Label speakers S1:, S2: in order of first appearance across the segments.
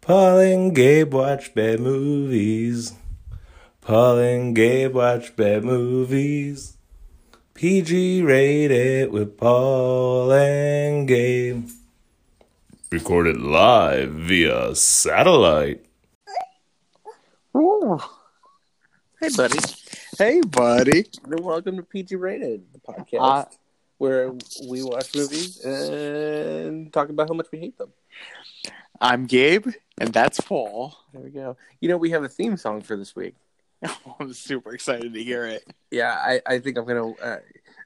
S1: Paul and Gabe watch bad movies. Paul and Gabe watch bad movies. PG rated with Paul and Gabe. Recorded live via satellite.
S2: Ooh. Hey, buddy. Hey, buddy. And welcome to PG Rated, the podcast
S3: Uh,
S2: where we watch movies and talk about how much we hate them.
S3: I'm Gabe, and that's Paul.
S2: There we go. You know, we have a theme song for this week.
S3: I'm super excited to hear it.
S2: Yeah, I, I think I'm going to. Uh,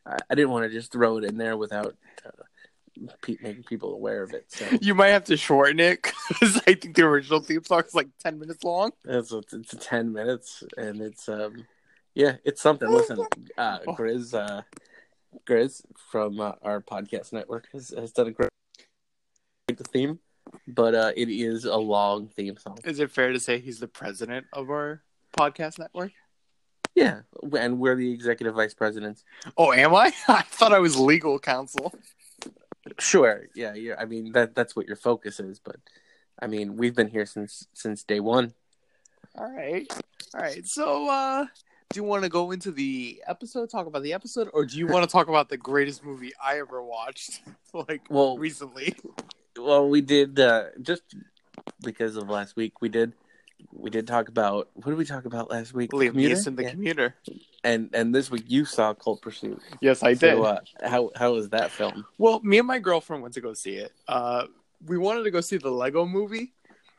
S2: I- I didn't want to just throw it in there without uh, pe- making people aware of it. So
S3: You might have to shorten it because I think the original theme song is like 10 minutes long.
S2: it's, it's, it's 10 minutes and it's. um yeah, it's something. Listen, uh, Grizz, uh, Grizz from uh, our podcast network has, has done a great great theme, but uh, it is a long theme song.
S3: Is it fair to say he's the president of our podcast network?
S2: Yeah, and we're the executive vice presidents.
S3: Oh, am I? I thought I was legal counsel.
S2: Sure. Yeah. Yeah. I mean that that's what your focus is, but I mean we've been here since since day one.
S3: All right. All right. So, uh, do you want to go into the episode, talk about the episode, or do you want to talk about the greatest movie I ever watched, like
S2: Well, we,
S3: recently?
S2: well, we did uh, just because of last week. We did we did talk about what did we talk about last week?
S3: Liam
S2: Commuter?
S3: Neeson, the
S2: Yeah.
S3: commuter.
S2: and and this week you saw Cold Pursuit.
S3: Yes, I
S2: So, uh, how how was that film?
S3: Well, me and my girlfriend went to go see it. Uh, we wanted to go see the Lego movie,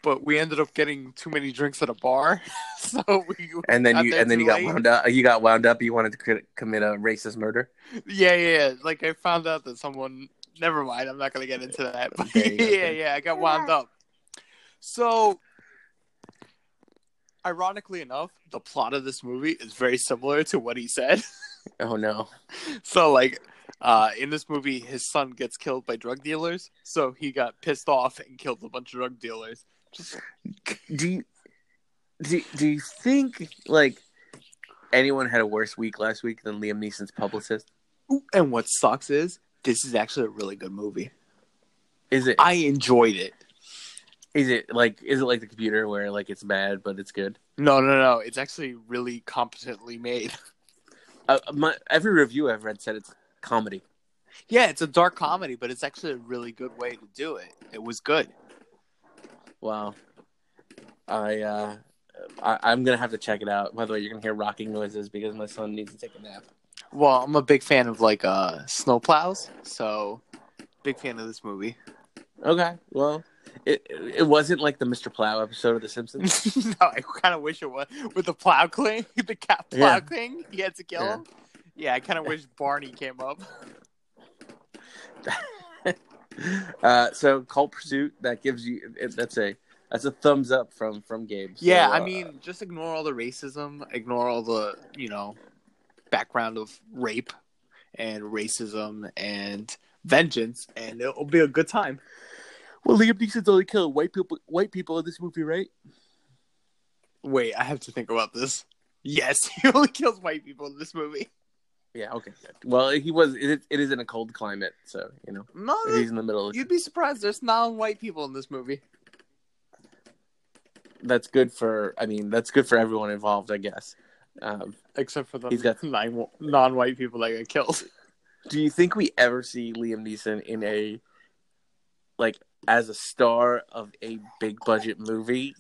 S3: but we ended up getting too many drinks at a bar. so we,
S2: And then
S3: Got
S2: you
S3: there
S2: and then
S3: too
S2: you got
S3: late.
S2: wound up. You got wound up. You wanted to co- commit a racist murder.
S3: yeah, yeah, yeah. Like, I found out that someone, never mind, I'm not going to get into that. But
S2: Okay,
S3: yeah,
S2: okay.
S3: yeah, I got wound up. So, ironically enough, the plot of this movie is very similar to what he said.
S2: Oh no.
S3: so like uh in this movie his son gets killed by drug dealers so he got pissed off and killed a bunch of drug dealers just
S2: do you do, do you think like anyone had a worse week last week than Liam Neeson's publicist?
S3: Ooh, and what sucks is this is actually a really good movie
S2: Is it
S3: i enjoyed it
S2: is it like is it like the computer where like it's bad but it's good?
S3: no no no it's actually really competently made
S2: Uh, my every review I've read said it's comedy.
S3: yeah it's a dark comedy but it's actually a really good way to do it it was good
S2: Wow. I uh I, I'm gonna have to check it out. By the way, you're gonna hear rocking noises because my son needs to take a nap.
S3: well i'm a big fan of like uh snowplows so big fan of this movie
S2: Okay. Well, it it wasn't like the Mr. Plow episode of The Simpsons.
S3: no, I kind of wish it was with the plow cling, the cat plow
S2: Yeah.
S3: cling. He had to kill
S2: Yeah.
S3: him. Yeah, I kind of wish Barney came up.
S2: uh, so cult pursuit that gives you it- that's a that's a thumbs up from from Gabe. So,
S3: yeah, I
S2: uh,
S3: mean, just ignore all the racism, ignore all the you know background of rape and racism and vengeance, and it'll be a good time.
S2: well, Liam Neeson's only killing white people white people in this movie, right?
S3: Wait, I have to think about this. Yes, he only kills white people in this movie.
S2: Yeah. Okay. good. Well, he was. It, is- it is in a cold climate, so you know
S3: No,
S2: he's in the middle. Of,
S3: you'd be surprised. There's non-white people in this movie.
S2: that's good for. I mean, that's good for everyone involved, I guess. Um,
S3: Except for the
S2: He's got-
S3: nine non-white people that got killed.
S2: do you think we ever see Liam Neeson in a like as a star of a big budget movie?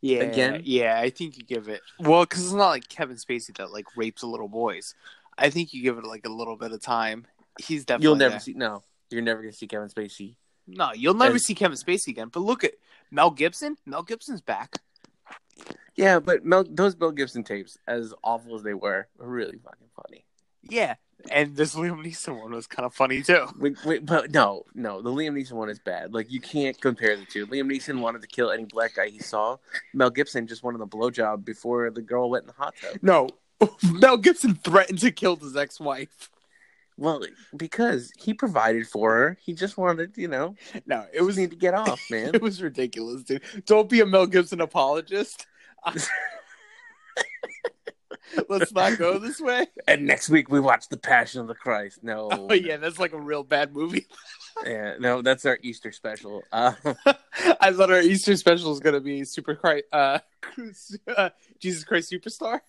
S3: Yeah,
S2: again?
S3: yeah, I think you give it well because it's not like Kevin Spacey that like rapes little boys. I think you give it like a little bit of time. He's definitely
S2: You'll never
S3: there.
S2: see. No, you're never gonna see Kevin Spacey.
S3: no, you'll never
S2: And-
S3: see Kevin Spacey again. But look at Mel Gibson. Mel Gibson's back.
S2: Yeah, but Mel, those Bill Gibson tapes, as awful as they were, were really fucking funny.
S3: Yeah, and this Liam Neeson one was kind of funny too.
S2: Wait, wait, but no, no, the Liam Neeson one is bad. Like you can't compare the two. Liam Neeson wanted to kill any black guy he saw. Mel Gibson just wanted a blowjob before the girl went in the hot tub.
S3: No, Mel Gibson threatened to kill his ex-wife.
S2: Well, because he provided for her, he just wanted, you know,
S3: No, it
S2: it was
S3: was
S2: need to get off, man.
S3: it was ridiculous, dude. Don't be a Mel Gibson apologist. Let's not go this way.
S2: And next week we watch The Passion of the Christ. No,
S3: Oh yeah, that's like a real bad movie.
S2: yeah, no, that's our Easter special. Uh,
S3: I thought our Easter special was gonna be Super Christ, uh, uh, Jesus Christ Superstar.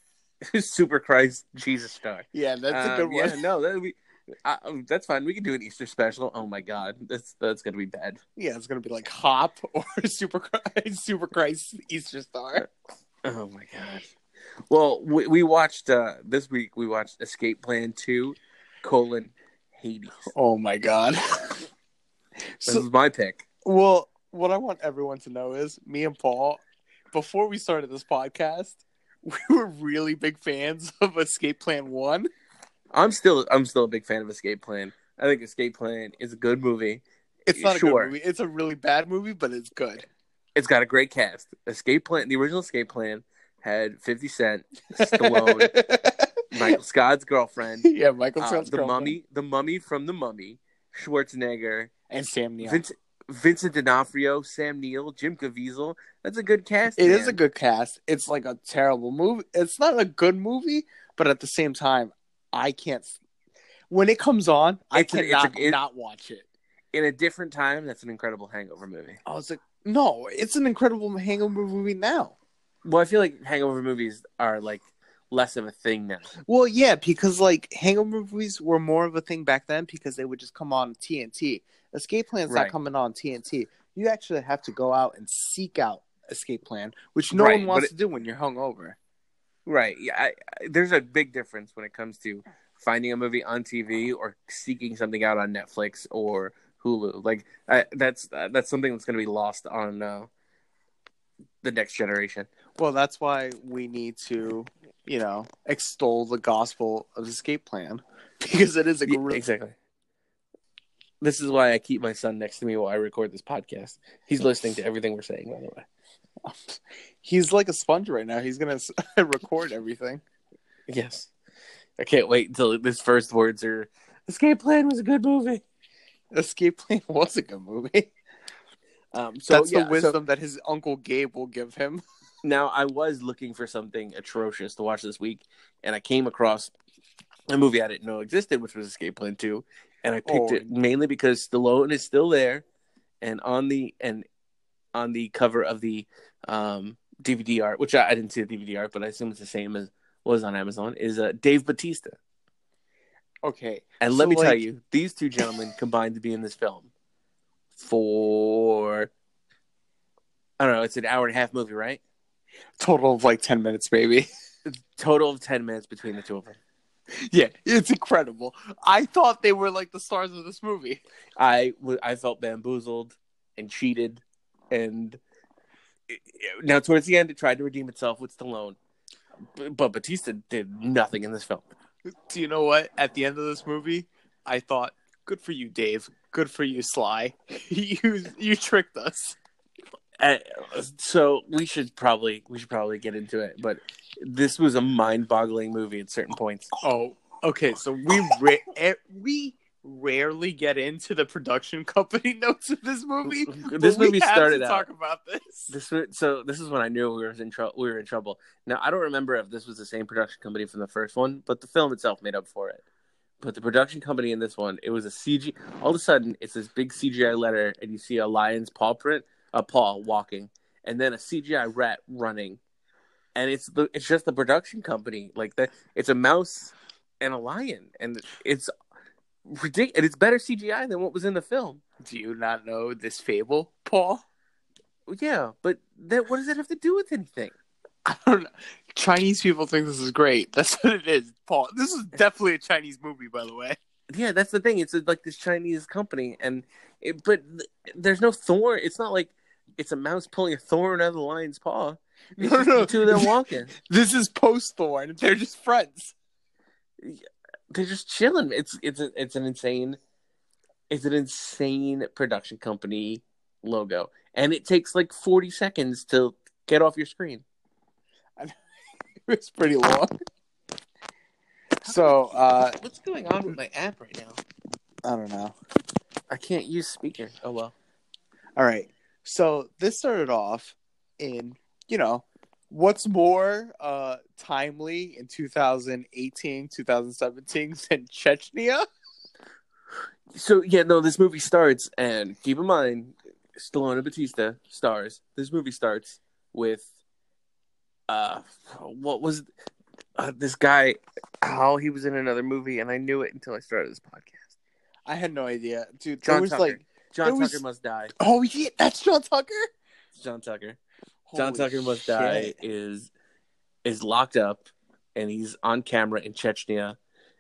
S2: Super Christ, Jesus Star.
S3: Yeah, that's a
S2: Um,
S3: good one.
S2: Yeah, no, that'd be. I, um, that's fine. We can do an Easter special. Oh my god, that's that's gonna be bad.
S3: Yeah, it's gonna be like Hop or Super Christ, Super Christ Easter Star.
S2: Oh my god. Well, we, we watched uh this week. We watched Escape Plan Two: colon Hades.
S3: Oh my god.
S2: This
S3: so,
S2: is my pick.
S3: well, what I want everyone to know is, me and Paul, before we started this podcast, we were really big fans of Escape Plan One.
S2: I'm still I'm still a big fan of Escape Plan. I think Escape Plan is a good movie.
S3: It's not a
S2: Sure.
S3: good movie. It's a really bad movie, but it's good.
S2: It's got a great cast. Escape Plan, the original Escape Plan, had 50 Cent, Stallone, Michael Scott's girlfriend,
S3: yeah, Michael
S2: uh,
S3: Scott's
S2: the
S3: girlfriend.
S2: Mummy, the Mummy from the Mummy, Schwarzenegger,
S3: and Sam Neill.
S2: Vince, Vincent D'Onofrio, Sam Neill, Jim Caviezel. That's a good cast.
S3: It is
S2: man.
S3: a good cast. It's like a terrible movie. It's not a good movie, but at the same time, I can't. s- When it comes on, I
S2: It's an- it's
S3: cannot
S2: a- it-
S3: not watch it.
S2: in a different time. That's an incredible Hangover movie.
S3: I was like, no, it's an incredible hangover movie now.
S2: Well, I feel like Hangover movies are like less of a thing now.
S3: Well, yeah, because like hangover movies were more of a thing back then because they would just come on TNT. Escape Plan's
S2: Right.
S3: not coming on TNT. You actually have to go out and seek out Escape Plan, which no
S2: Right,
S3: one
S2: but
S3: wants to do when you're hungover.
S2: Right. Yeah. I, I, there's a big difference when it comes to finding a movie on TV or seeking something out on Netflix or Hulu. Like I, that's uh, that's something that's going to be lost on uh, the next generation.
S3: Well, that's why we need to, you know, extol the gospel of escape plan because it is a
S2: Yeah,
S3: really
S2: exactly. This is why I keep my son next to me while I record this podcast. He's listening to everything we're saying, by the way.
S3: he's like a sponge right now. He's gonna s- record everything.
S2: Yes. I can't wait until his first words are Escape Plan was a good movie.
S3: Escape plan was a good movie.
S2: Um,
S3: So
S2: so
S3: that's
S2: yeah,
S3: the
S2: so
S3: wisdom that his uncle Gabe will give him.
S2: now I was looking for something atrocious to watch this week, and I came across a movie I didn't know existed, which was Escape Plan Two, and I picked
S3: Oh.
S2: it mainly because Stallone is still there, and on the and on the cover of the um, DVD art, which I, I didn't see the DVD art, but I assume it's the same as was on Amazon, is uh, Dave Batista.
S3: Okay,
S2: And let
S3: So,
S2: me tell
S3: like-
S2: you, these two gentlemen combined to be in this film for I don't know, it's an hour and a half movie, right?
S3: total of like ten minutes, baby.
S2: Total of ten minutes between the two of them.
S3: yeah, it's incredible. I thought they were like the stars of this movie.
S2: I w- I felt bamboozled and cheated, and now towards the end it tried to redeem itself with Stallone, B- but Batista did nothing in this film.
S3: Do you know what? At the end of this movie, I thought, "Good for you, Dave. Good for you, Sly. you you tricked us."
S2: Uh, so we should probably we should probably get into it, but this was a mind-boggling movie at certain points.
S3: Oh, okay. So we ra- eh, we rarely get into the production company notes of this movie. but
S2: This
S3: we
S2: movie
S3: have
S2: started
S3: to
S2: out.
S3: talk about this.
S2: This wa- so this is when I knew we were in trouble. We were in trouble. Now I don't remember if this was the same production company from the first one, but the film itself made up for it. But the production company in this one, it was a CG. All of a sudden, it's this big CGI letter, and you see a lion's paw print, a paw walking, and then a CGI rat running, and it's the it's just the production company like that. It's a mouse and a lion, and it's ridiculous. It's better CGI than what was in the film.
S3: Do you not know this fable, Paul?
S2: Yeah, but that what does it have to do with anything?
S3: I don't know. Chinese people think this is great. That's what it is, Paul. This is definitely a Chinese movie, by the way.
S2: yeah that's the thing it's uh, like this chinese company and it, but th- there's no thorn it's not like it's a mouse pulling a thorn out of the lion's paw it's
S3: No,
S2: just
S3: no.
S2: the two of them walking
S3: This is post Thorn. They're just friends.
S2: they're just chilling it's it's a, it's an insane it's an insane production company logo and it takes like 40 seconds to get off your screen
S3: It's pretty long. So uh,
S2: what's going on with my app right now
S3: I don't know.
S2: i can't use speaker oh well
S3: All right. So this started off in, you know, what's more uh, timely in 2018, 2017 than Chechnya?
S2: So yeah, no, this movie starts, and keep in mind, Stallone and Batista stars. This movie starts with, uh, what was uh, this guy? How he was in another movie, and I knew it until I started this podcast.
S3: I had no idea, dude.
S2: John
S3: there was
S2: Tucker.
S3: like,
S2: John
S3: There
S2: Tucker
S3: was-
S2: must die.
S3: oh yeah, that's John Tucker.
S2: John Tucker. John
S3: Holy
S2: Tucker must
S3: shit.
S2: die is is locked up, and he's on camera in Chechnya,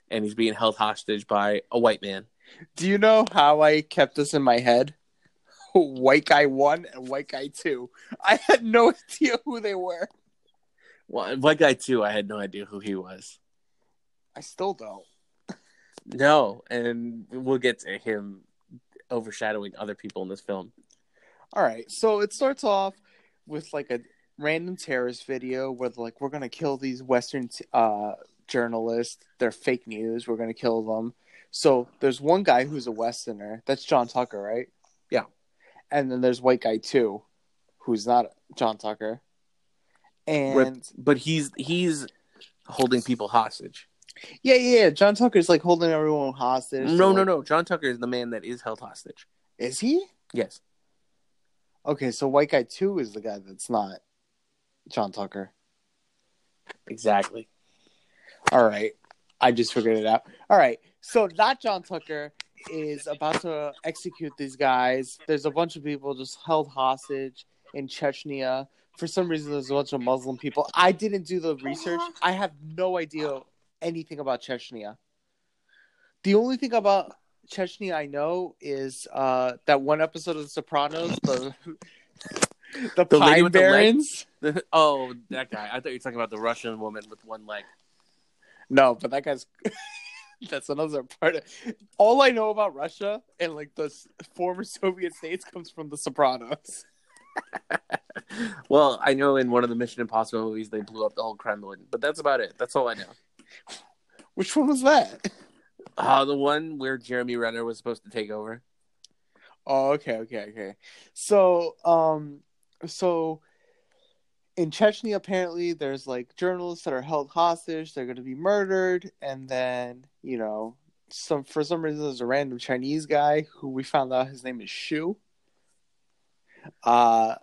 S2: and he's being held hostage by a white man.
S3: Do you know how I kept this in my head? White guy one and white guy two. I had no idea who they were.
S2: Well, and white guy too. I had no idea who he was.
S3: I still don't.
S2: No, and we'll get to him overshadowing other people in this film.
S3: All right, so it starts off with like a random terrorist video where they're like, "We're gonna kill these Western uh, journalists. They're fake news. We're gonna kill them." So there's one guy who's a Westerner. That's John Tucker, right?
S2: Yeah.
S3: And then there's white guy too, who's not John Tucker. And
S2: Rip- But he's he's holding people hostage.
S3: yeah, yeah, yeah, John Tucker's like holding everyone hostage.
S2: No,
S3: Like-
S2: no, no. John Tucker is the man that is held hostage.
S3: Is he?
S2: Yes.
S3: Okay, so white guy two is the guy that's not John Tucker.
S2: Exactly.
S3: All right. I just figured it out. All right. So not John Tucker is about to execute these guys. There's a bunch of people just held hostage in Chechnya. For some reason, there's a bunch of Muslim people. I didn't do the research. I have no idea anything about Chechnya. The only thing about Chechnya I know is uh, that one episode of The Sopranos, the the,
S2: The lady
S3: Pine
S2: with the leg?
S3: Barrens.
S2: oh, that guy. I thought you were talking about the Russian woman with one leg.
S3: No, but that guy's that's another part. Of... All I know about Russia and like the s- former Soviet states comes from The Sopranos.
S2: Well, I know in one of the Mission Impossible movies they blew up the whole Kremlin, but that's about it. That's all I know.
S3: Which one was that?
S2: Uh, the one where Jeremy Renner was supposed to take over.
S3: Oh, okay, okay, okay. So, um, so in Chechnya, apparently there's like journalists that are held hostage. They're going to be murdered, and then you know, some for some reason there's a random Chinese guy who we found out his name is Shu. Uh,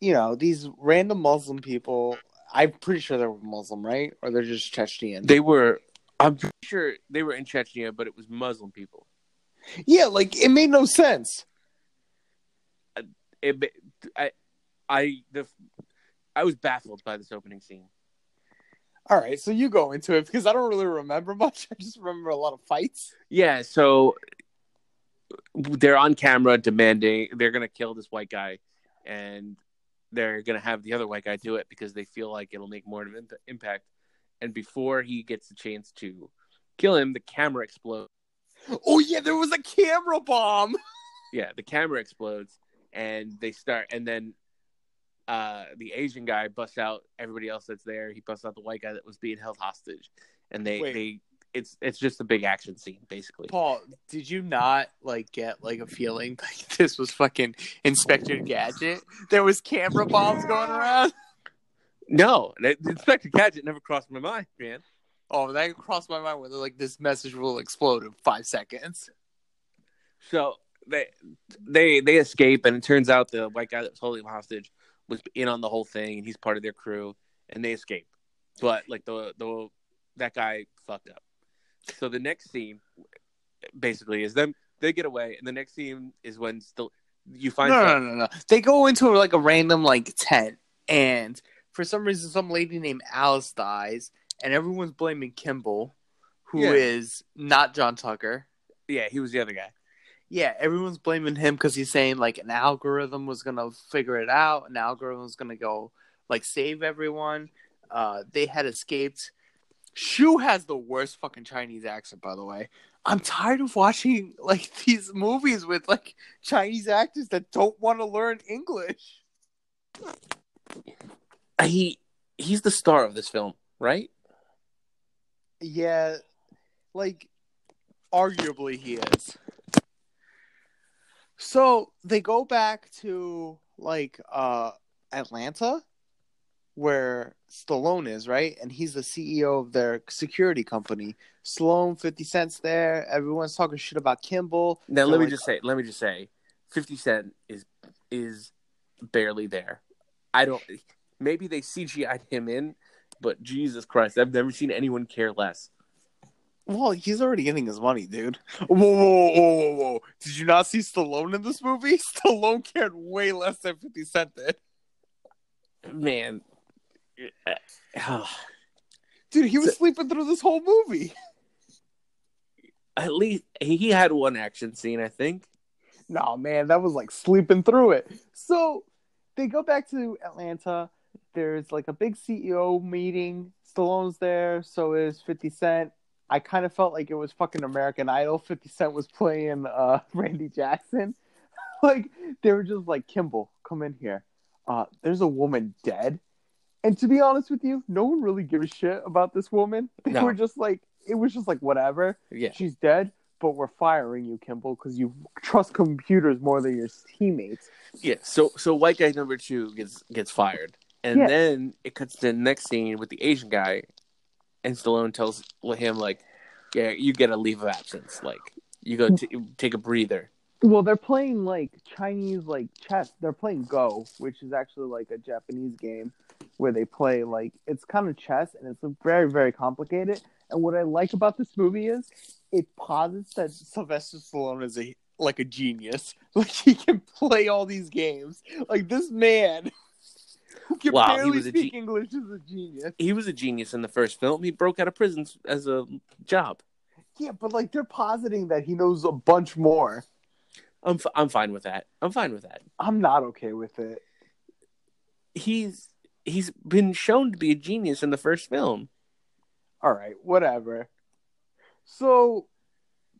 S3: you know, these random Muslim people. I'm pretty sure they were Muslim, right? Or they're just Chechnyan.
S2: They were. I'm pretty sure they were in Chechnya, but it was Muslim people.
S3: yeah, like it made no sense.
S2: It, ma- I, I, the, I was baffled by this opening scene.
S3: All right, so you go into it because I don't really remember much. I just remember a lot of fights.
S2: Yeah, so they're on camera demanding they're gonna kill this white guy, and they're gonna have the other white guy do it because they feel like it'll make more of an imp- impact. And before he gets the chance to kill him, the camera explodes.
S3: Oh yeah, there was a camera bomb.
S2: Yeah, the camera explodes, and they start, and then uh, the Asian guy busts out everybody else that's there. He busts out the white guy that was being held hostage, and they
S3: Wait.
S2: they it's it's just a big action scene basically.
S3: Paul, did you not like get like a feeling like this was fucking Inspector Gadget? There was camera bombs going around.
S2: No, that- Inspector Gadget never crossed my mind, man.
S3: Oh, that crossed my mind whether like this message will explode in five seconds.
S2: So they they they escape, and it turns out the white guy that was holding him hostage was in on the whole thing, and he's part of their crew, and they escape. But like the the that guy fucked up. So the next scene basically is them they get away, and the next scene is when still you
S3: No,
S2: find
S3: no, no, no. They go into like a random like tent, and for some reason, some lady named Alice dies, and everyone's blaming Kimball, who is
S2: Yeah.
S3: not John Tucker.
S2: yeah he was the other guy.
S3: Yeah, everyone's blaming him because he's saying like an algorithm was gonna figure it out. An algorithm was gonna go like save everyone. Uh, they had escaped. Shu has the worst fucking Chinese accent, by the way. I'm tired of watching like these movies with like Chinese actors that don't want to learn English.
S2: He he's the star of this film, right?
S3: Yeah, like arguably he is. So they go back to like uh Atlanta where Stallone is, right? And he's the CEO of their security company. Stallone, 50 cents there. Everyone's talking shit about Kimball.
S2: Now let me
S3: Like-
S2: just say, let me just say, Fifty Cent is is barely there. I don't. Maybe they CGI'd him in, but Jesus Christ, I've never seen anyone care less.
S3: Well, he's already getting his money, dude. Whoa, whoa, whoa, whoa, whoa. Did you not see Stallone in this movie? Stallone cared way less than 50 Cent did.
S2: Man, eh, uh,
S3: Dude, he was sleeping through this whole movie.
S2: at least he had one action scene, I think.
S3: No, man, that was like sleeping through it. So they go back to Atlanta. There's like a big CEO meeting. Stallone's there. So is 50 Cent. I kind of felt like it was fucking American Idol. 50 Cent was playing uh, Randy Jackson. like, they were just like, Kimball, come in here. Uh, there's a woman dead. And to be honest with you, no one really gives a shit about this woman. They
S2: No.
S3: were just like, it was just like, whatever.
S2: Yeah,
S3: She's dead, but we're firing you, Kimball, because you trust computers more than your teammates.
S2: yeah. So so white guy number two gets gets fired, and
S3: Yeah.
S2: then it cuts to the next scene with the Asian guy, and Stallone tells him like, "Yeah, you get a leave of absence. Like, you
S3: Mm.
S2: go t- take a breather."
S3: Well, they're playing like Chinese like chess. They're playing Go, which is actually like a Japanese game where they play like it's kind of chess and it's very very complicated. And what I like about this movie is it posits that Sylvester Stallone is a like a genius. Like he can play all these games. Like this man who can
S2: Wow, he
S3: barely
S2: was a
S3: speak
S2: ge-
S3: English is a genius.
S2: he was a genius in the first film. He broke out of prison as a job.
S3: Yeah, but like they're positing that he knows a bunch more.
S2: I'm f- I'm fine with that. I'm fine with that.
S3: I'm not okay with it.
S2: He's he's been shown to be a genius in the first film.
S3: All right, whatever. So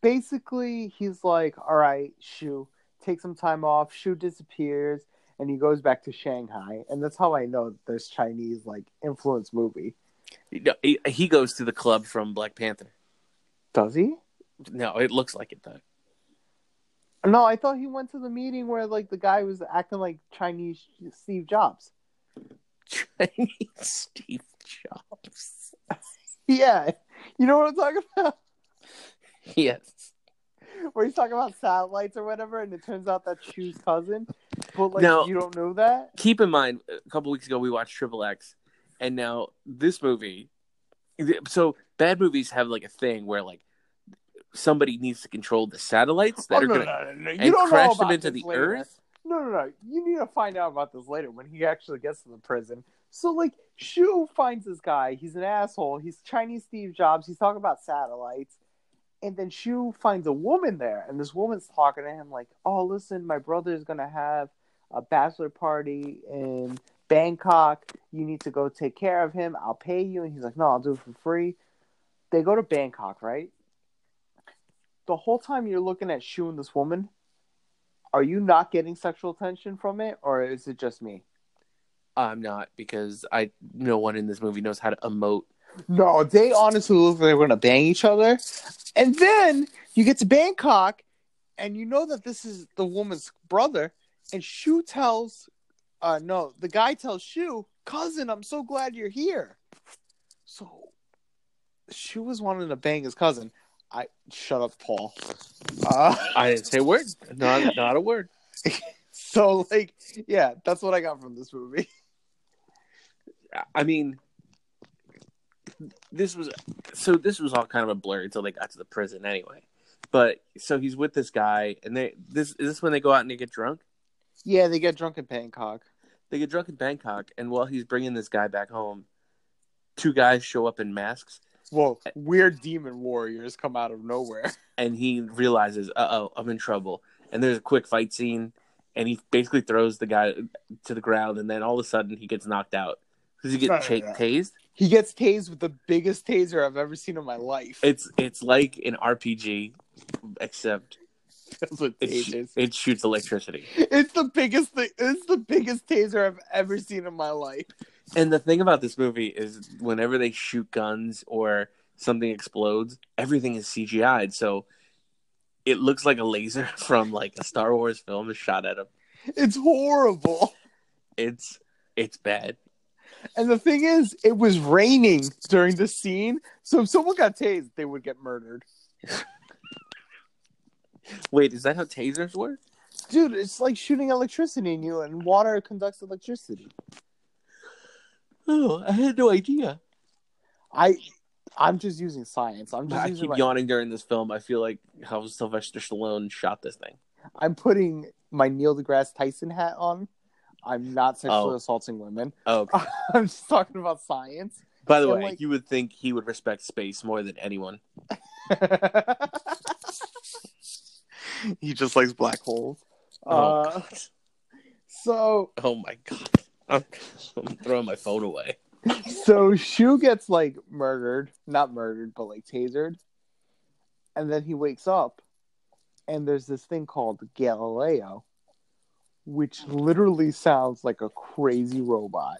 S3: basically, he's like, all right, Shu, take some time off. Shu disappears and he goes back to Shanghai. And that's how I know that this Chinese like influence movie.
S2: No, He, he goes to the club from Black Panther.
S3: Does he?
S2: No, it looks like it though.
S3: No, I thought he went to the meeting where like the guy was acting like Chinese Steve Jobs.
S2: Chinese Steve Jobs.
S3: Yeah, you know what I'm talking about?
S2: Yes.
S3: where he's talking about satellites or whatever, and it turns out that's Shu's cousin. But like,
S2: Now-
S3: you don't know that.
S2: Keep in mind, a couple weeks ago we watched Triple X, and now this movie. So bad movies have like a thing where like somebody needs to control the satellites that
S3: Oh,
S2: are
S3: no,
S2: going to
S3: no, no, no, You
S2: and
S3: don't know
S2: crash
S3: about
S2: them into
S3: this
S2: the
S3: later.
S2: earth.
S3: No, no, no. You need to find out about this later when he actually gets to the prison. So like, Shu finds this guy. He's an asshole. He's Chinese Steve Jobs. He's talking about satellites. And then Shu finds a woman there, and this woman's talking to him like, "Oh, listen, my brother's gonna have a bachelor party in Bangkok. You need to go take care of him. I'll pay you." And he's like, "No, I'll do it for free." They go to Bangkok, right? The whole time you're looking at Shu and this woman, are you not getting sexual attention from it, or is it just me?
S2: I'm not because I no one in this movie knows how to emote.
S3: No, they honestly look like they were gonna bang each other. And then you get to Bangkok, and you know that this is the woman's brother, and Shu tells, uh, no, the guy tells Shu, cousin, I'm so glad you're here. So, Shu was wanting to bang his cousin. I shut up, Paul. Uh,
S2: I didn't say a word. Not not a word.
S3: so like, yeah, that's what I got from this movie.
S2: I mean this was so this was all kind of a blur until they got to the prison anyway. But so he's with this guy and they this is this when they go out and they get drunk?
S3: Yeah, they get drunk in Bangkok.
S2: They get drunk in Bangkok and while he's bringing this guy back home, two guys show up in masks
S3: Well, weird demon warriors come out of nowhere.
S2: and he realizes, "Uh oh, I'm in trouble." And there's a quick fight scene, and he basically throws the guy to the ground, and then all of a sudden he gets knocked out because he
S3: Oh,
S2: gets cha-
S3: yeah.
S2: tased.
S3: He gets tased with the biggest taser I've ever seen in my life.
S2: It's it's like an RPG, except
S3: That's what
S2: it,
S3: tasers.
S2: sh- it shoots electricity.
S3: It's the biggest thing. It's the biggest taser I've ever seen in my life.
S2: And the thing about this movie is, whenever they shoot guns or something explodes, everything is CGI'd. So. It looks like a laser from like a Star Wars film is shot at him.
S3: It's horrible.
S2: It's it's bad.
S3: And the thing is, it was raining during the scene, so if someone got tased, they would get murdered.
S2: Wait, is that how tasers work?
S3: Dude, it's like shooting electricity in you, and water conducts electricity.
S2: Oh, I had no idea.
S3: I, I'm just using science. I'm just
S2: I
S3: using
S2: keep
S3: my,
S2: yawning during this film. I feel like how Sylvester Stallone shot this thing.
S3: I'm putting my Neil deGrasse Tyson hat on. I'm not sexually
S2: Oh.
S3: assaulting women.
S2: Oh, okay.
S3: I'm just talking about science.
S2: by the
S3: And,
S2: way,
S3: like-
S2: you would think he would respect space more than anyone.
S3: he just likes black holes.
S2: Oh,
S3: Uh,
S2: God.
S3: so
S2: oh my god. I'm, I'm throwing my phone away.
S3: so Shu gets like murdered, not murdered, but like tasered, and then he wakes up, and there's this thing called Galileo, which literally sounds like a crazy robot.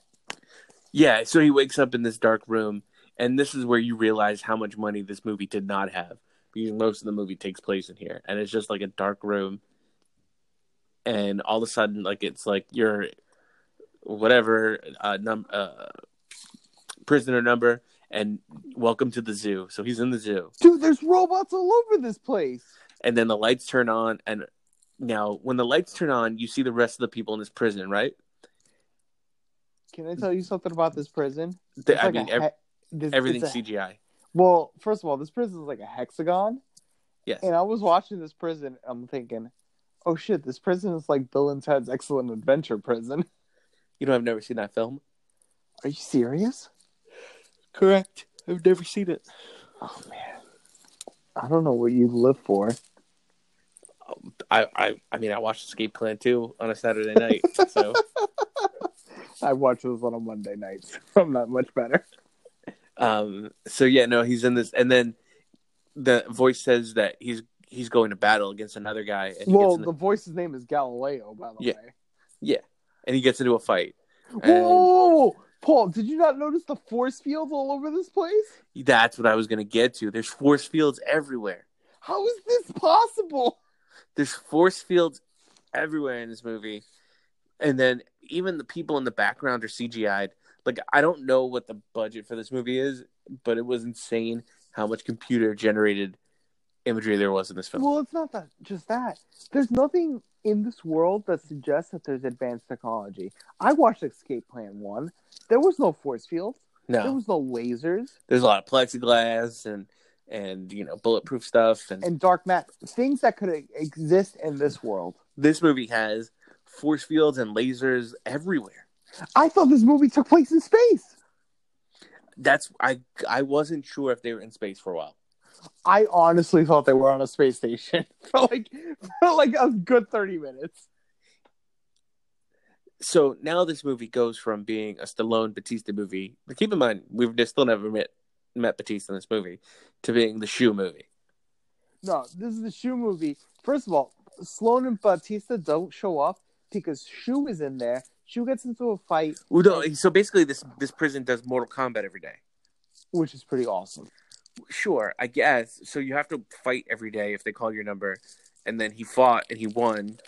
S2: Yeah, so he wakes up in this dark room, and this is where you realize how much money this movie did not have because most of the movie takes place in here, and it's just like a dark room, and all of a sudden, like it's like your whatever uh, num uh, prisoner number, and welcome to the zoo. So he's in the zoo,
S3: Dude, there's robots all over this place.
S2: and then the lights turn on, and now when the lights turn on, you see the rest of the people in this prison, right?
S3: Can I tell you something about this prison?
S2: The-
S3: It's
S2: I
S3: like
S2: mean,
S3: a
S2: ev-
S3: he- this- it's
S2: everything's
S3: a-
S2: CGI.
S3: well, first of all, this prison is like a hexagon.
S2: Yes.
S3: And I was watching this prison, I'm thinking, oh shit, this prison is like Bill and Ted's Excellent Adventure prison.
S2: You know, I've never seen that film.
S3: Are you serious?
S2: Correct. I've never seen it.
S3: Oh man, I don't know what you live for.
S2: I, I I mean I watched Escape Plan two on a Saturday night, so
S3: I watch those on a Monday nights. I'm not much better.
S2: um so yeah no he's in this and then the voice says that he's he's going to battle against another guy and he,
S3: Well,
S2: gets, in
S3: the voice's name is Galileo, by the
S2: Yeah.
S3: way.
S2: and he gets into a fight. And-
S3: Whoa, Paul, did you not notice the force fields all over this place?
S2: That's what I was gonna get to. There's force fields everywhere.
S3: How is this possible?
S2: There's force fields everywhere in this movie, and then even the people in the background are CGI'd. Like I don't know what the budget for this movie is, but it was insane how much computer generated imagery there was in this film.
S3: Well, it's not that just that. There's nothing in this world that suggests that there's advanced technology. I watched Escape Plan One. There was no force fields.
S2: no,
S3: There was no lasers
S2: there's a lot of plexiglass and and you know bulletproof stuff and,
S3: and dark matter. Things that could exist in this world.
S2: this movie has force fields and lasers everywhere
S3: I thought this movie took place in space.
S2: that's i i wasn't sure if they were in space for a while
S3: I honestly thought they were on a space station for like for like a good thirty minutes.
S2: so now this movie goes from being a stallone batista movie but keep in mind we've just still never met met batista in this movie to being the shoe movie
S3: No, this is the Shoe movie. First of all, Sloan and Batista don't show up because Shoe is in there. Shoe gets into a fight,
S2: Well, no, so basically this this prison does mortal kombat every day
S3: which is pretty awesome.
S2: sure i guess so you have to fight every day if they call your number and then he fought and he won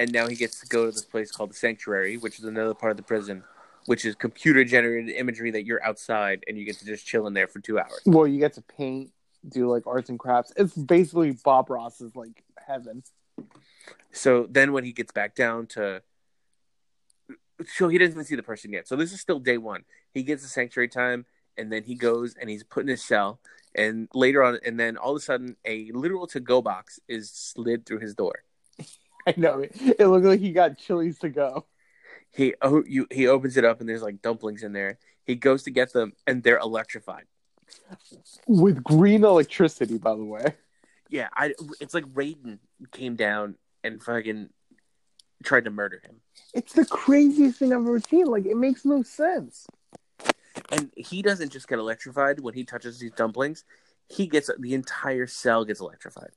S2: and now he gets to go to this place called the sanctuary which is another part of the prison which is computer generated imagery that you're outside and you get to just chill in there for two hours
S3: Well, you get to paint, do like arts and crafts. It's basically Bob Ross's like heaven.
S2: so then when he gets back down to so he doesn't even see the person yet so this is still day one he gets the sanctuary time and then he goes and he's put in his cell and later on and then all of a sudden a literal to go box is slid through his door
S3: I know it, it looked like he got chilies to go.
S2: he oh you he opens it up and there's like dumplings in there. He goes to get them and they're electrified.
S3: with green electricity, by the way.
S2: Yeah, I it's like Raiden came down and fucking tried to murder him.
S3: It's the craziest thing I've ever seen. Like, it makes no sense.
S2: And he doesn't just get electrified when he touches these dumplings. He gets the entire cell gets electrified.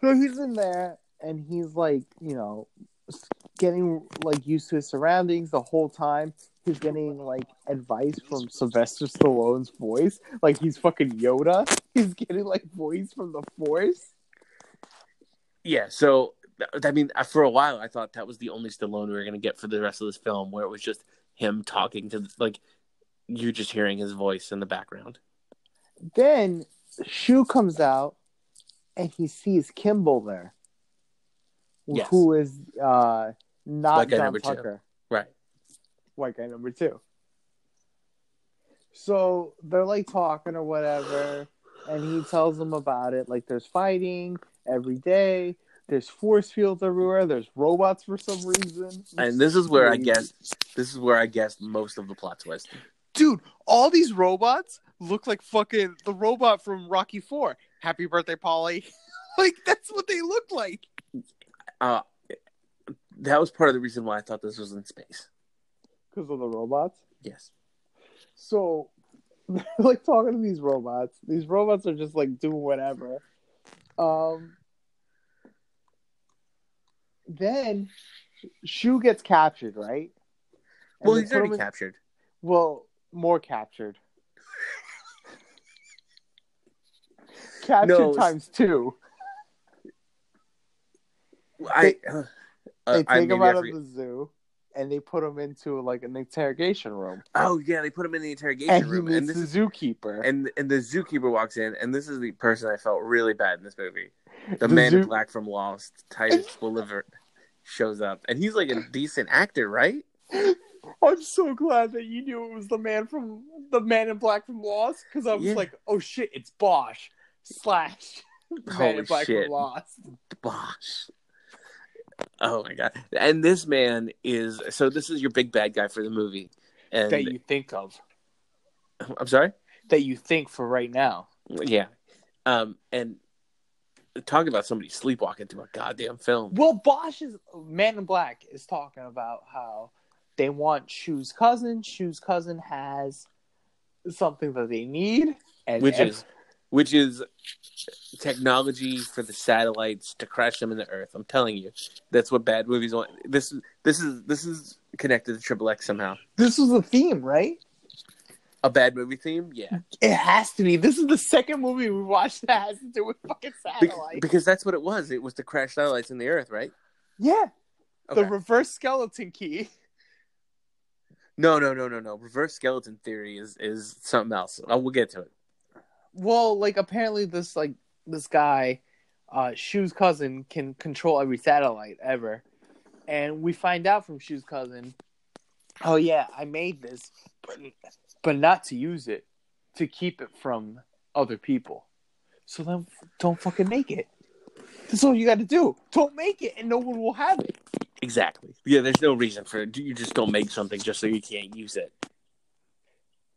S3: So he's in there, and he's like, you know, s- getting like used to his surroundings the whole time. He's getting like advice from Sylvester Stallone's voice, like he's fucking Yoda. He's getting like voice from the Force.
S2: Yeah, so I mean, I- for a while, I thought that was the only Stallone we were going to get for the rest of this film, where it was just him talking to, like, you're just hearing his voice in the background.
S3: Then Shu comes out and he sees Kimball there,
S2: Yes.
S3: who is uh, not
S2: White guy
S3: John
S2: number two.
S3: Tucker,
S2: Right.
S3: white guy number two. So they're like talking or whatever, and he tells them about it. Like there's fighting every day. There's force fields everywhere. There's robots for some reason.
S2: And this is where I
S3: Crazy.
S2: guess, this is where I guess most of the plot twist.
S3: dude, all these robots look like fucking the robot from Rocky Four. Happy birthday, Polly. like that's what they look like.
S2: Uh, that was part of the reason why I thought this was in space.
S3: Because of the robots.
S2: Yes.
S3: So they're like talking to these robots. These robots are just like doing whatever. Um then Shu gets captured, right? And
S2: Well,
S3: they
S2: he's
S3: put
S2: already
S3: him in-
S2: captured.
S3: Well, more captured. captured
S2: No, it's-
S3: times two.
S2: I, uh,
S3: they
S2: I
S3: take
S2: maybe
S3: him
S2: I
S3: out of
S2: forget-
S3: the zoo and they put him into like an interrogation room.
S2: Oh yeah, they put him in the interrogation
S3: And he
S2: room,
S3: meets
S2: and
S3: the
S2: this is
S3: zookeeper.
S2: and and the zookeeper walks in, and this is the person I felt really bad in this movie.
S3: The
S2: The, man in
S3: zoo-
S2: black from Lost, Titus Boulevard, shows up, and he's like a decent actor, right?
S3: I'm so glad that you knew it was the man from the man in black from Lost because I was
S2: Yeah.
S3: like, oh shit, it's Bosch slash the man
S2: Holy
S3: in black
S2: Oh, shit.
S3: from Lost.
S2: Bosh. Oh my god! And this man is so. This is your big bad guy for the movie, and
S3: that you think of,
S2: I'm sorry.
S3: that you think for right now.
S2: Yeah, um, and talking about somebody sleepwalking through a goddamn film.
S3: Well, Bosch's Man in Black is talking about how they want Shu's cousin. Shu's cousin has something that they need, and
S2: which is which is technology for the satellites to crash them in the earth. I'm telling you, that's what bad movies want. This this is this is connected to Triple X somehow.
S3: this was a theme, right?
S2: A bad movie theme, yeah,
S3: It has to be. This is the second movie we watched that has to do with fucking
S2: Be-
S3: satellite.
S2: because that's what it was. It was to crash satellites in the earth, right?
S3: yeah,
S2: Okay.
S3: the reverse skeleton key.
S2: no, no, no, no, no. Reverse skeleton theory is is something else. I will get to it.
S3: Well, like apparently this like this guy, uh, Shu's cousin can control every satellite ever, and we find out from Shu's cousin, oh yeah, I made this, but but not to use it, to keep it from other people. So then, don't fucking make it. That's all you got to do. Don't make it, and no one will have it.
S2: Exactly. Yeah, there's no reason for it. You just don't make something just so you can't use it.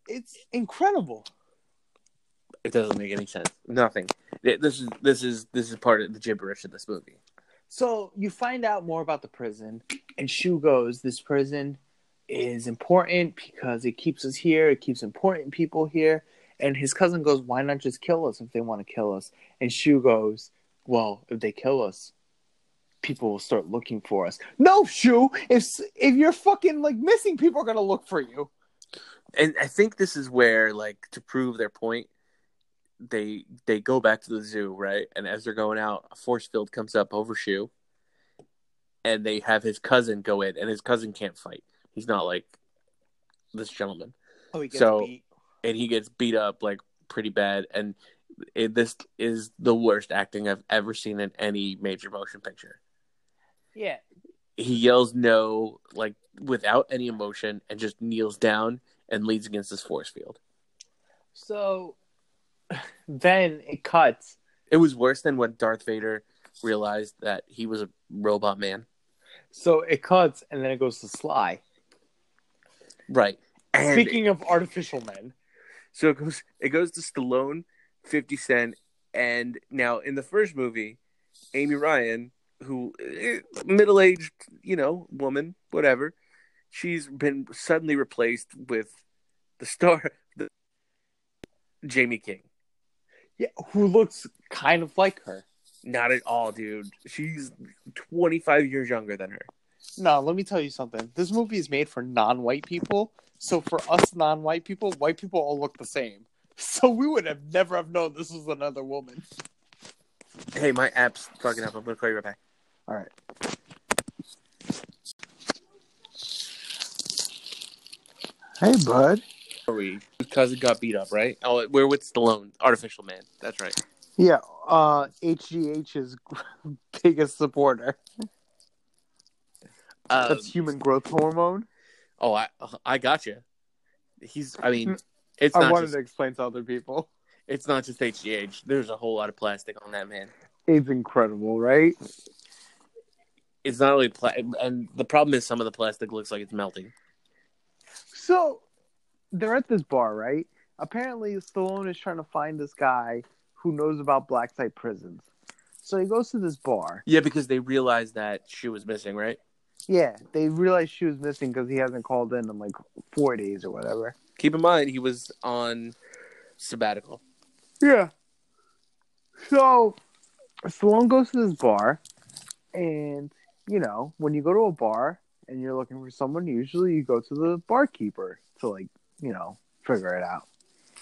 S3: It's incredible.
S2: It doesn't make any sense. Nothing. Th- This is this is this is part of the gibberish of this movie.
S3: So you find out more about the prison, and Shu goes, This prison is important because it keeps us here, it keeps important people here. And his cousin goes, Why not just kill us if they want to kill us? And Shu goes, Well, if they kill us, people will start looking for us. No, Shu, if if you're fucking like missing, people are gonna look for you.
S2: and I think this is where, like, to prove their point, they they go back to the zoo, right? And as they're going out, a force field comes up over Shu, and they have his cousin go in, and his cousin can't fight. He's not like this gentleman,
S3: Oh, he
S2: gets So- beat. and he gets beat up like pretty bad. And it, this is the worst acting I've ever seen in any major motion picture.
S3: Yeah.
S2: He yells no, like without any emotion, and just kneels down and leans against this force field.
S3: So then it cuts
S2: It was worse than when Darth Vader realized that he was a robot man.
S3: So it cuts and then it goes to Sly.
S2: Right. And
S3: Speaking of artificial men,
S2: so it goes it goes to Stallone, 50 Cent, and now in the first movie, Amy Ryan, who eh, middle-aged, you know, woman, whatever, she's been suddenly replaced with the star the, Jamie King.
S3: yeah, who looks kind of like her.
S2: Not at all, dude. She's 25 years younger than her.
S3: No, let me tell you something. This movie is made for non-white people, so for us non-white people, white people all look the same. So we would have never have known this was another woman.
S2: Hey, my app's fucking up. I'm going to call you right back.
S3: All right. Hey, bud.
S2: Are we? Because it got beat up, right? Oh, we're with Stallone, Artificial Man. That's right.
S3: Yeah, uh, HGH's biggest supporter.
S2: Um,
S3: That's human growth hormone.
S2: Oh, I I got you. He's. I mean, it's
S3: Mm-hmm. I
S2: not
S3: wanted
S2: just
S3: to explain to other people.
S2: it's not just HGH. There's a whole lot of plastic on that man.
S3: It's incredible, right?
S2: It's not only pla- and the problem is some of the plastic looks like it's melting.
S3: So they're at this bar, right? Apparently, Stallone is trying to find this guy who knows about black site prisons. So he goes to this bar.
S2: Yeah, because they realized that she was missing, right?
S3: Yeah, they realize she was missing because he hasn't called in in like four days or whatever.
S2: Keep in mind he was on sabbatical.
S3: Yeah. So Stallone goes to this bar, and you know, when you go to a bar and you're looking for someone, usually you go to the barkeeper to like, you know, figure it out.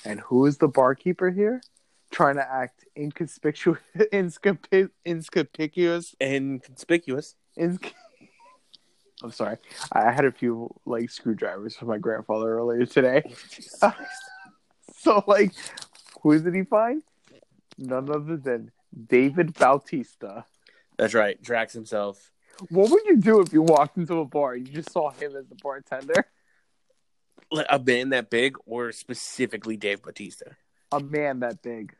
S3: And who is the barkeeper here? Trying to act inconspicuous, inconspicuous, inconspicuous.
S2: And conspicuous.
S3: Inc- I'm sorry, I had a few like screwdrivers from my grandfather earlier today. So, like, who did he find? None other than David Bautista.
S2: That's right. Drax himself.
S3: What would you do if you walked into a bar and you just saw him as the bartender?
S2: Like, A man that big or specifically Dave Batista.
S3: A man that big.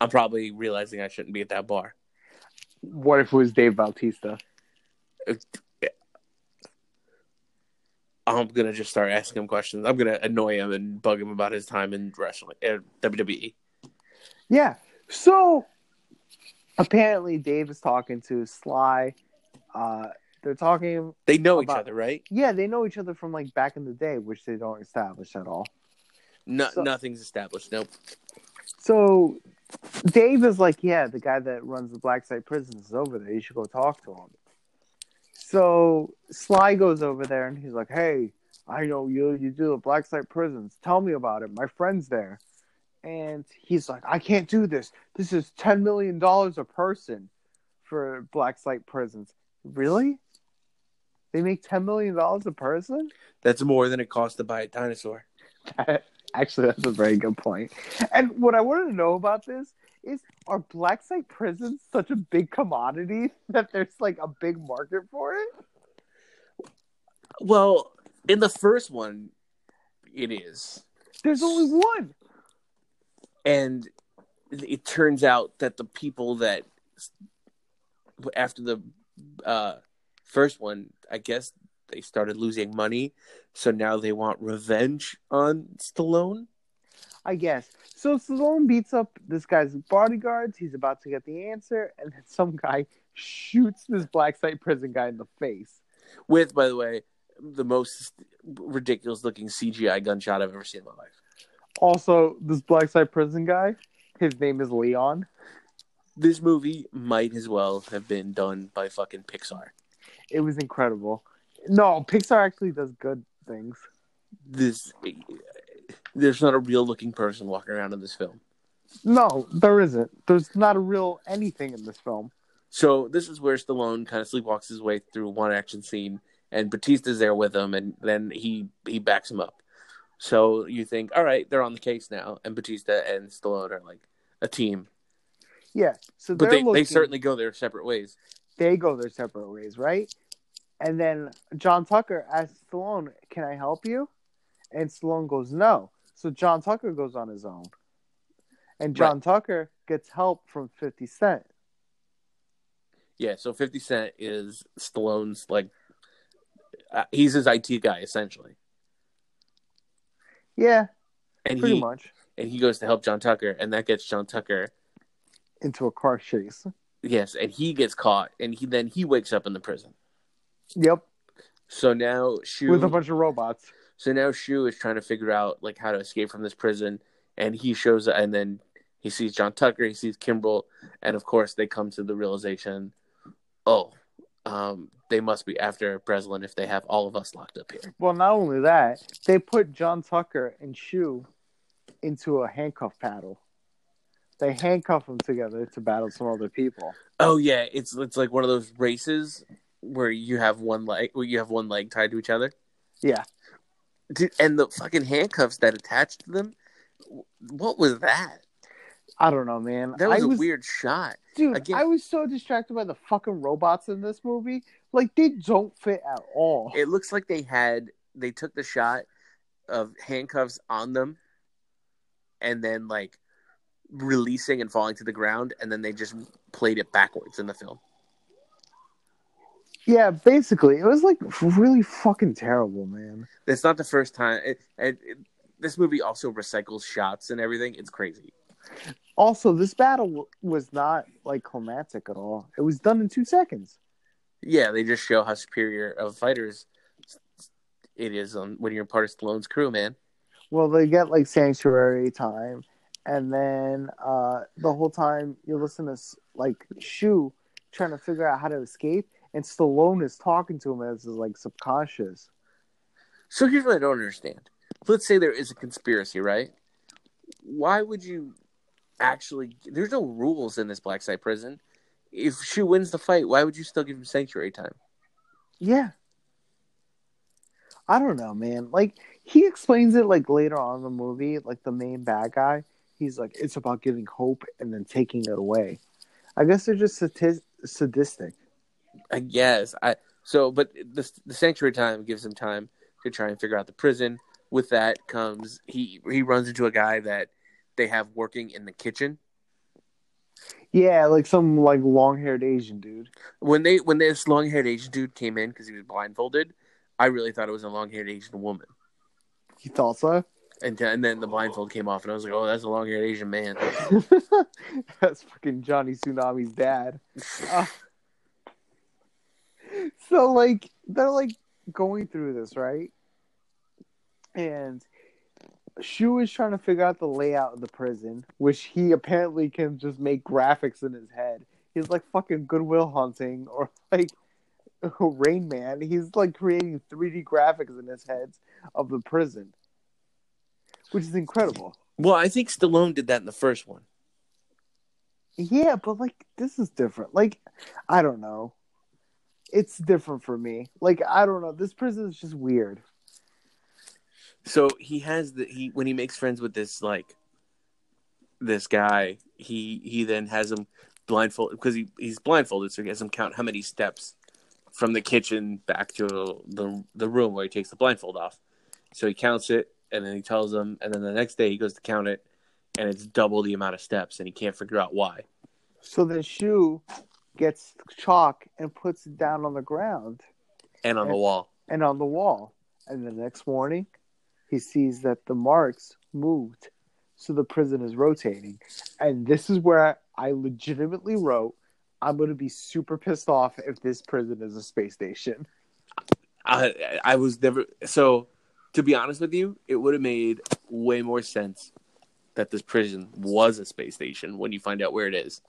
S2: I'm probably realizing I shouldn't be at that bar.
S3: What if it was Dave Bautista?
S2: I'm gonna just start asking him questions. I'm gonna annoy him and bug him about his time in wrestling, uh, WWE.
S3: Yeah. So apparently, Dave is talking to Sly. Uh, they're talking.
S2: They know each
S3: About-
S2: other, right?
S3: Yeah, they know each other from like back in the day, which they don't establish at all.
S2: No,
S3: So-
S2: nothing's established. Nope.
S3: So Dave is like, yeah, the guy that runs the Black Site Prisons is over there. You should go talk to him. So Sly goes over there and he's like, hey, I know you. You do the Black Site Prisons. Tell me about it. My friend's there. And he's like, I can't do this. This is $10 million a person for Black Site Prisons. Really? They make $10 million a person?
S2: That's more than it costs to buy a dinosaur.
S3: Actually, that's a very good point. And what I wanted to know about this is are black site prisons such a big commodity that there's like a big market for it?
S2: Well, in the first one, it is,
S3: There's only one.
S2: and it turns out that the people that after the uh, first one, I guess they started losing money, so now they want revenge on Stallone.
S3: I guess. So Stallone beats up this guy's bodyguards. He's about to get the answer, and then some guy shoots this black site prison guy in the face.
S2: with, by the way, the most ridiculous looking CGI gunshot I've ever seen in my life.
S3: Also, this black site prison guy, his name is Leon.
S2: This movie might as well have been done by fucking Pixar.
S3: It was incredible. No, Pixar actually does good things.
S2: This there's not a real looking person walking around in this film.
S3: No, there isn't. There's not a real anything in this film.
S2: So this is where Stallone kind of sleepwalks his way through one action scene, and Batista's there with him, and then he he backs him up. So you think, all right, they're on the case now, and Batista and Stallone are like a team,
S3: Yeah. So
S2: but
S3: they're
S2: they, they
S3: looking-
S2: certainly go their separate ways.
S3: they go their separate ways, right? And then John Tucker asks Stallone, "Can I help you?" And Stallone goes, "No." So John Tucker goes on his own, and John Tucker gets help from Fifty Cent.
S2: Yeah, so 50 Cent is Stallone's, like, uh, he's his IT guy, essentially.
S3: Yeah,
S2: And
S3: pretty
S2: he,
S3: much
S2: and he goes to help John Tucker, and that gets John Tucker.
S3: into a car chase.
S2: Yes, and he gets caught, and he then he wakes up in the prison.
S3: Yep,
S2: So now Shu,
S3: with a bunch of robots.
S2: so now Shu is trying to figure out like how to escape from this prison, and he shows, and then he sees John Tucker, he sees Kimbrel, and of course they come to the realization, oh, um, they must be after Breslin if they have all of us locked up here.
S3: Well, not only that, they put John Tucker and Shu into a handcuff paddle They handcuff them together to battle some other people.
S2: Oh yeah, it's it's like one of those races where you have one leg where you have one leg tied to each other.
S3: Yeah.
S2: Dude, and the fucking handcuffs that attached to them. What was that?
S3: I don't know, man.
S2: That was
S3: I
S2: a weird shot.
S3: Dude,
S2: Again-
S3: I was so distracted by the fucking robots in this movie. Like they don't fit at all.
S2: It looks like they had they took the shot of handcuffs on them and then like releasing and falling to the ground and then they just played it backwards in the film.
S3: yeah, basically, it was like really fucking terrible, man.
S2: It's not the first time it, it, it- this movie also recycles shots and everything. It's crazy.
S3: Also, this battle w- was not like climactic at all. It was done in two seconds.
S2: Yeah, they just show how superior of fighters it is on when you're part of Stallone's crew, man.
S3: Well, they get like sanctuary time, and then uh, the whole time you listen to s- like Shu trying to figure out how to escape, and Stallone is talking to him as his like subconscious.
S2: So here's what I don't understand. Let's say there is a conspiracy, right? Why would you actually? There's no rules in this black site prison. If she wins the fight, why would you still give him sanctuary time?
S3: Yeah. I don't know, man. Like he explains it like later on in the movie, like the main bad guy, he's like it's about giving hope and then taking it away. I guess they're just satis- sadistic.
S2: I guess I. So, but the the sanctuary time gives him time to try and figure out the prison. With that comes he he runs into a guy that they have working in the kitchen.
S3: Yeah, like some like long-haired Asian dude.
S2: When they when this long haired Asian dude came in because he was blindfolded, I really thought it was a long haired Asian woman.
S3: You thought so?
S2: And, and then the blindfold came off, and I was like, "Oh, that's a long-haired Asian man."
S3: That's fucking Johnny Tsunami's dad. Uh, so like they're like going through this, right? And Shu is trying to figure out the layout of the prison, which he apparently can just make graphics in his head. He's like fucking Goodwill Hunting or like Rain Man. He's like creating 3D graphics in his head of the prison, which is incredible.
S2: Well, I think Stallone did that in the first one.
S3: Yeah, but like this is different. Like I don't know. It's different for me. Like I don't know. This prison is just weird.
S2: So he has the he when he makes friends with this like this guy, he he then has him blindfolded because he he's blindfolded, so he has him count how many steps from the kitchen back to the the room where he takes the blindfold off. So he counts it, and then he tells him, and then the next day he goes to count it, and it's double the amount of steps, and he can't figure out why.
S3: So then Shu gets chalk and puts it down on the ground
S2: And on the wall,
S3: and on the wall. And the next morning, he sees that the marks moved. So the prison is rotating. And this is where I legitimately wrote I'm going to be super pissed off if this prison is a space station.
S2: I I was never so to be honest with you, it would have made way more sense that this prison was a space station when you find out where it is.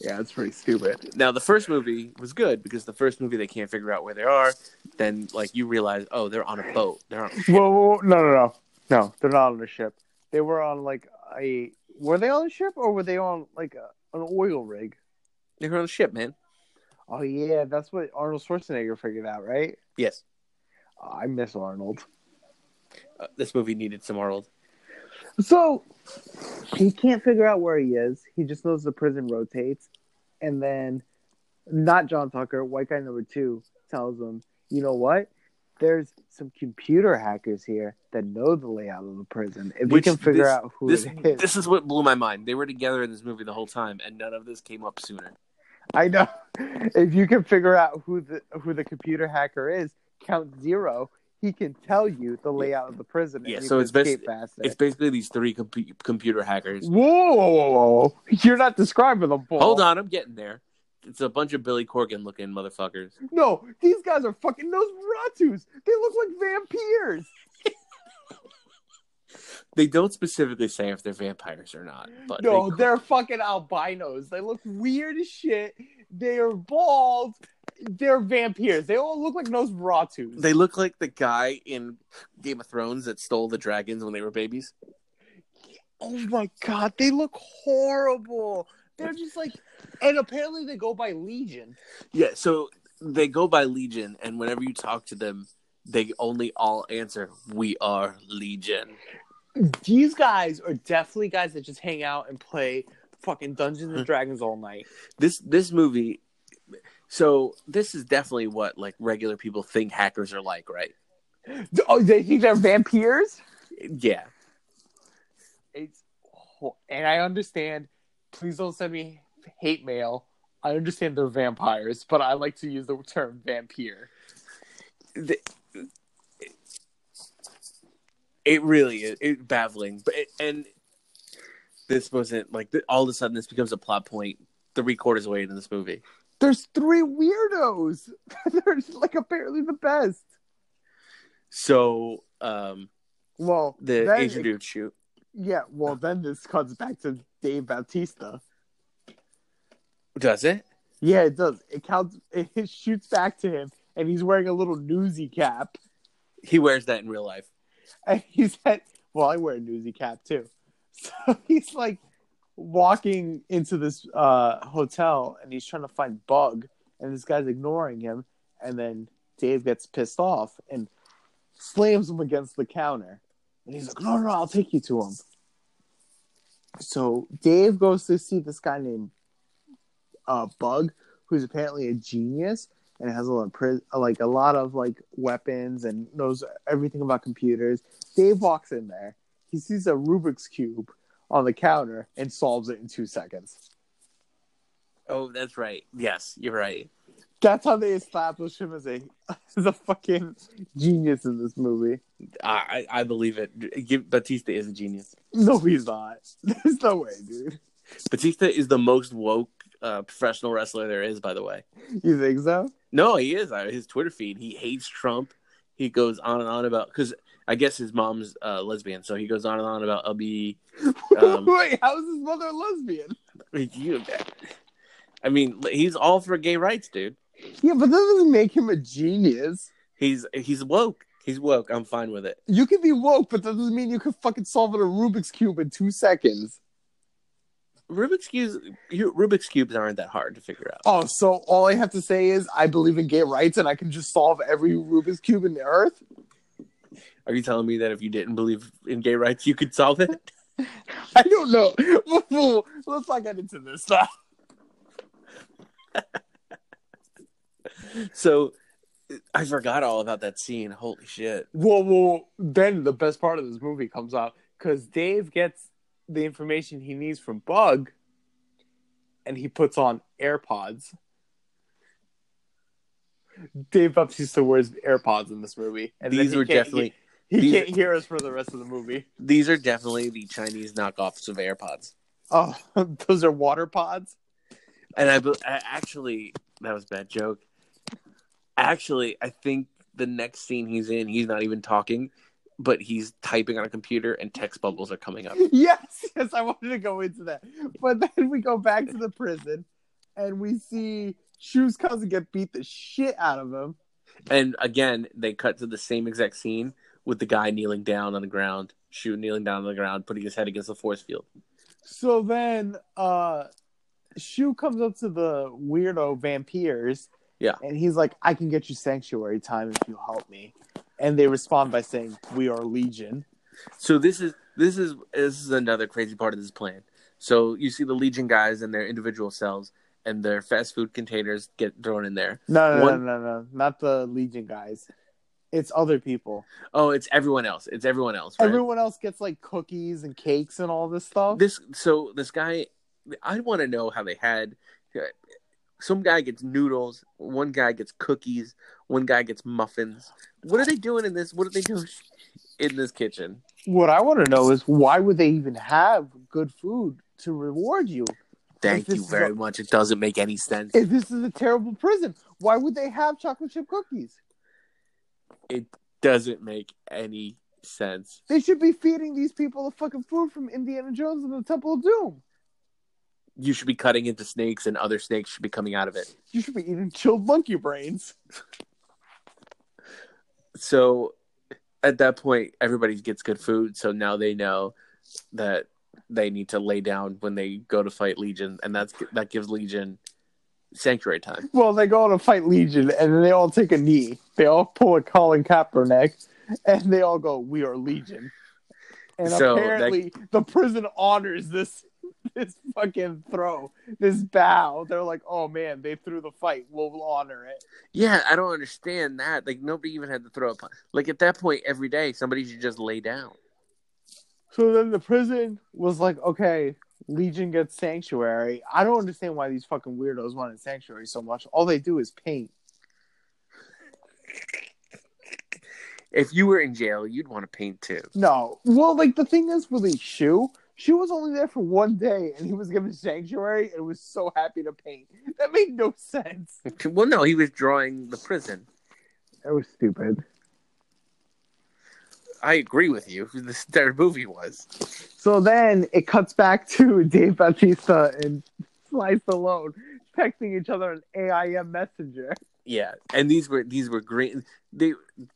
S3: Yeah, it's pretty stupid.
S2: Now the first movie was good because the first movie they can't figure out where they are, then like you realize, oh, they're on a boat. They're on
S3: Whoa, whoa, whoa. no, no, no, no! They're not on a ship. They were on like a. Were they on a ship or were they on like a, an oil rig?
S2: they're on a ship, man.
S3: Oh yeah, that's what Arnold Schwarzenegger figured out, right?
S2: Yes.
S3: Oh, I miss Arnold.
S2: Uh, this movie needed some Arnold.
S3: So he can't figure out where he is. He just knows the prison rotates, and then not John Tucker, white guy number two, tells him, "You know what? There's some computer hackers here that know the layout of the prison. If
S2: Which
S3: we can figure
S2: this-
S3: out who
S2: This
S3: it is,
S2: this is what blew my mind. They were together in this movie the whole time and none of this came up sooner.
S3: I know. If you can figure out who the who the computer hacker is, count zero. He can tell you the layout of the prison. and
S2: Yeah,
S3: you
S2: so
S3: can
S2: it's basi-
S3: escape faster.
S2: It's basically these three compu computer hackers
S3: Whoa, whoa, whoa, whoa! You're not describing them. Paul.
S2: Hold on, I'm getting there. It's a bunch of Billy Corgan looking motherfuckers.
S3: No, these guys are fucking Nosferatus. They look like vampires.
S2: They don't specifically say if they're vampires or not, but
S3: No,
S2: they-
S3: they're fucking albinos. They look weird as shit. They are bald. They're vampires. They all look like Nosferatus.
S2: they look like the guy in Game of Thrones that stole the dragons when they were babies.
S3: Oh my god, they look horrible. They're just like, and apparently they go by Legion.
S2: Yeah, so they go by Legion, and whenever you talk to them, they only all answer, "We are Legion."
S3: These guys are definitely guys that just hang out and play fucking Dungeons and Dragons all night.
S2: This this movie, so this is definitely what like regular people think hackers are like, right?
S3: Oh, they think they're vampires?
S2: Yeah,
S3: It's, oh, and I understand. Please don't send me hate mail. I understand they're vampires, but I like to use the term vampire.
S2: The- it really is it, baffling, but it, and this wasn't like th- all of a sudden this becomes a plot point three quarters way into this movie.
S3: There's three weirdos. they're like apparently the best.
S2: So um
S3: Well,
S2: the
S3: then
S2: Asian
S3: it-
S2: dude shoot.
S3: yeah. Well, then this comes back to Dave Bautista.
S2: Does it?
S3: Yeah, it does. It counts. It shoots back to him, and he's wearing a little newsy cap,
S2: He wears that in real life.
S3: and he's at. Well, I wear a newsy cap too, so he's like walking into this uh, hotel, and he's trying to find Bug, and this guy's ignoring him, and then Dave gets pissed off and slams him against the counter, and he's like, "No, no, I'll take you to him." So Dave goes to see this guy named uh, Bug, who's apparently a genius and has a lot of pri- like a lot of like weapons and knows everything about computers. Dave walks in there. He sees a Rubik's cube on the counter and solves it in two seconds.
S2: Oh, that's right. Yes, you're right.
S3: That's how they establish him as a as a fucking genius in this movie.
S2: I I I believe it. Give- Batista is a genius.
S3: No, he's not. There's no way, dude.
S2: Batista is the most woke uh, professional wrestler there is, by the way.
S3: You think so?
S2: No, he is. I- His Twitter feed. He hates Trump. He goes on and on about because I guess his mom's uh, lesbian, so he goes on and on about I'll be. Um,
S3: Wait, how is his mother a lesbian?
S2: you- I mean, he's all for gay rights, dude.
S3: Yeah, but that doesn't make him a genius.
S2: He's he's woke. He's woke. I'm fine with it.
S3: You can be woke, but that doesn't mean you can fucking solve it a Rubik's cube in two seconds.
S2: Rubik's cubes. you- Rubik's cubes aren't that hard to figure out.
S3: Oh, so all I have to say is I believe in gay rights, and I can just solve every Rubik's cube in the earth.
S2: Are you telling me that if you didn't believe in gay rights, you could solve it?
S3: I don't know. Well, Let's not get into this now.
S2: So I forgot all about that scene. Holy shit.
S3: Well, well, then the best part of this movie comes out because Dave gets the information he needs from Bug, and he puts on AirPods. Dave Bautista wears AirPods in this movie, and then
S2: these
S3: he
S2: were
S3: can't- he-
S2: definitely
S3: He
S2: These-
S3: can't hear us for the rest of the movie.
S2: these are definitely the Chinese knockoffs of AirPods.
S3: Oh, those are water pods.
S2: And I, be- I actually that was a bad joke. Actually, I think the next scene he's in, he's not even talking, but he's typing on a computer and text bubbles are coming up.
S3: Yes, yes, I wanted to go into that. But then we go back to the prison and we see Shu's cousin get beat the shit out of him.
S2: And again, they cut to the same exact scene with the guy kneeling down on the ground, shoot kneeling down on the ground, putting his head against the force field.
S3: So then uh Shu comes up to the weirdo vampires.
S2: Yeah.
S3: And he's like, I can get you sanctuary time if you help me. And they respond by saying, We are Legion.
S2: So this is this is this is another crazy part of this plan. So you see the Legion guys in their individual cells, and their fast food containers get thrown in there.
S3: No, no,
S2: One-
S3: no, no, no. Not the Legion guys. It's other people.
S2: Oh, it's everyone else. It's everyone else. Right?
S3: Everyone else gets like cookies and cakes and all this stuff.
S2: This so this guy, I want to know how they had. Some guy gets noodles. One guy gets cookies. One guy gets muffins. What are they doing in this? What are they doing in this kitchen?
S3: what I want to know is why would they even have good food to reward you?
S2: Thank
S3: This
S2: you
S3: is
S2: very
S3: a-
S2: much. It doesn't make any sense.
S3: If this is a terrible prison, why would they have chocolate chip cookies?
S2: doesn't make any sense.
S3: They should be feeding these people the fucking food from Indiana Jones and the Temple of Doom.
S2: you should be cutting into snakes and other snakes should be coming out of it.
S3: You should be eating chilled monkey brains.
S2: So at that point, everybody gets good food. So now they know that they need to lay down when they go to fight Legion, and that's that gives Legion sanctuary time.
S3: Well, they go on to fight Legion, and then they all take a knee. They all pull a Colin Kaepernick, and they all go, "We are Legion." And
S2: So that-
S3: apparently, the prison honors this this fucking throw, this bow. They're like, "Oh man, they threw the fight. We'll honor it."
S2: Yeah, I don't understand that. Like nobody even had to throw up. Like at that point, every day somebody should just lay down.
S3: So then the prison was like, "Okay, Legion gets sanctuary." I don't understand why these fucking weirdos wanted sanctuary so much. All they do is paint.
S2: If you were in jail, you'd want to paint too.
S3: No. Well, like the thing is with the shoe, she was only there for one day and he was given sanctuary and was so happy to paint. That made no sense.
S2: Well, no, he was drawing the prison.
S3: That was stupid.
S2: I agree with you. This their movie was.
S3: So then it cuts back to Dave Bautista and Slice Alone texting each other on AIM Messenger.
S2: Yeah, and these were these were green. They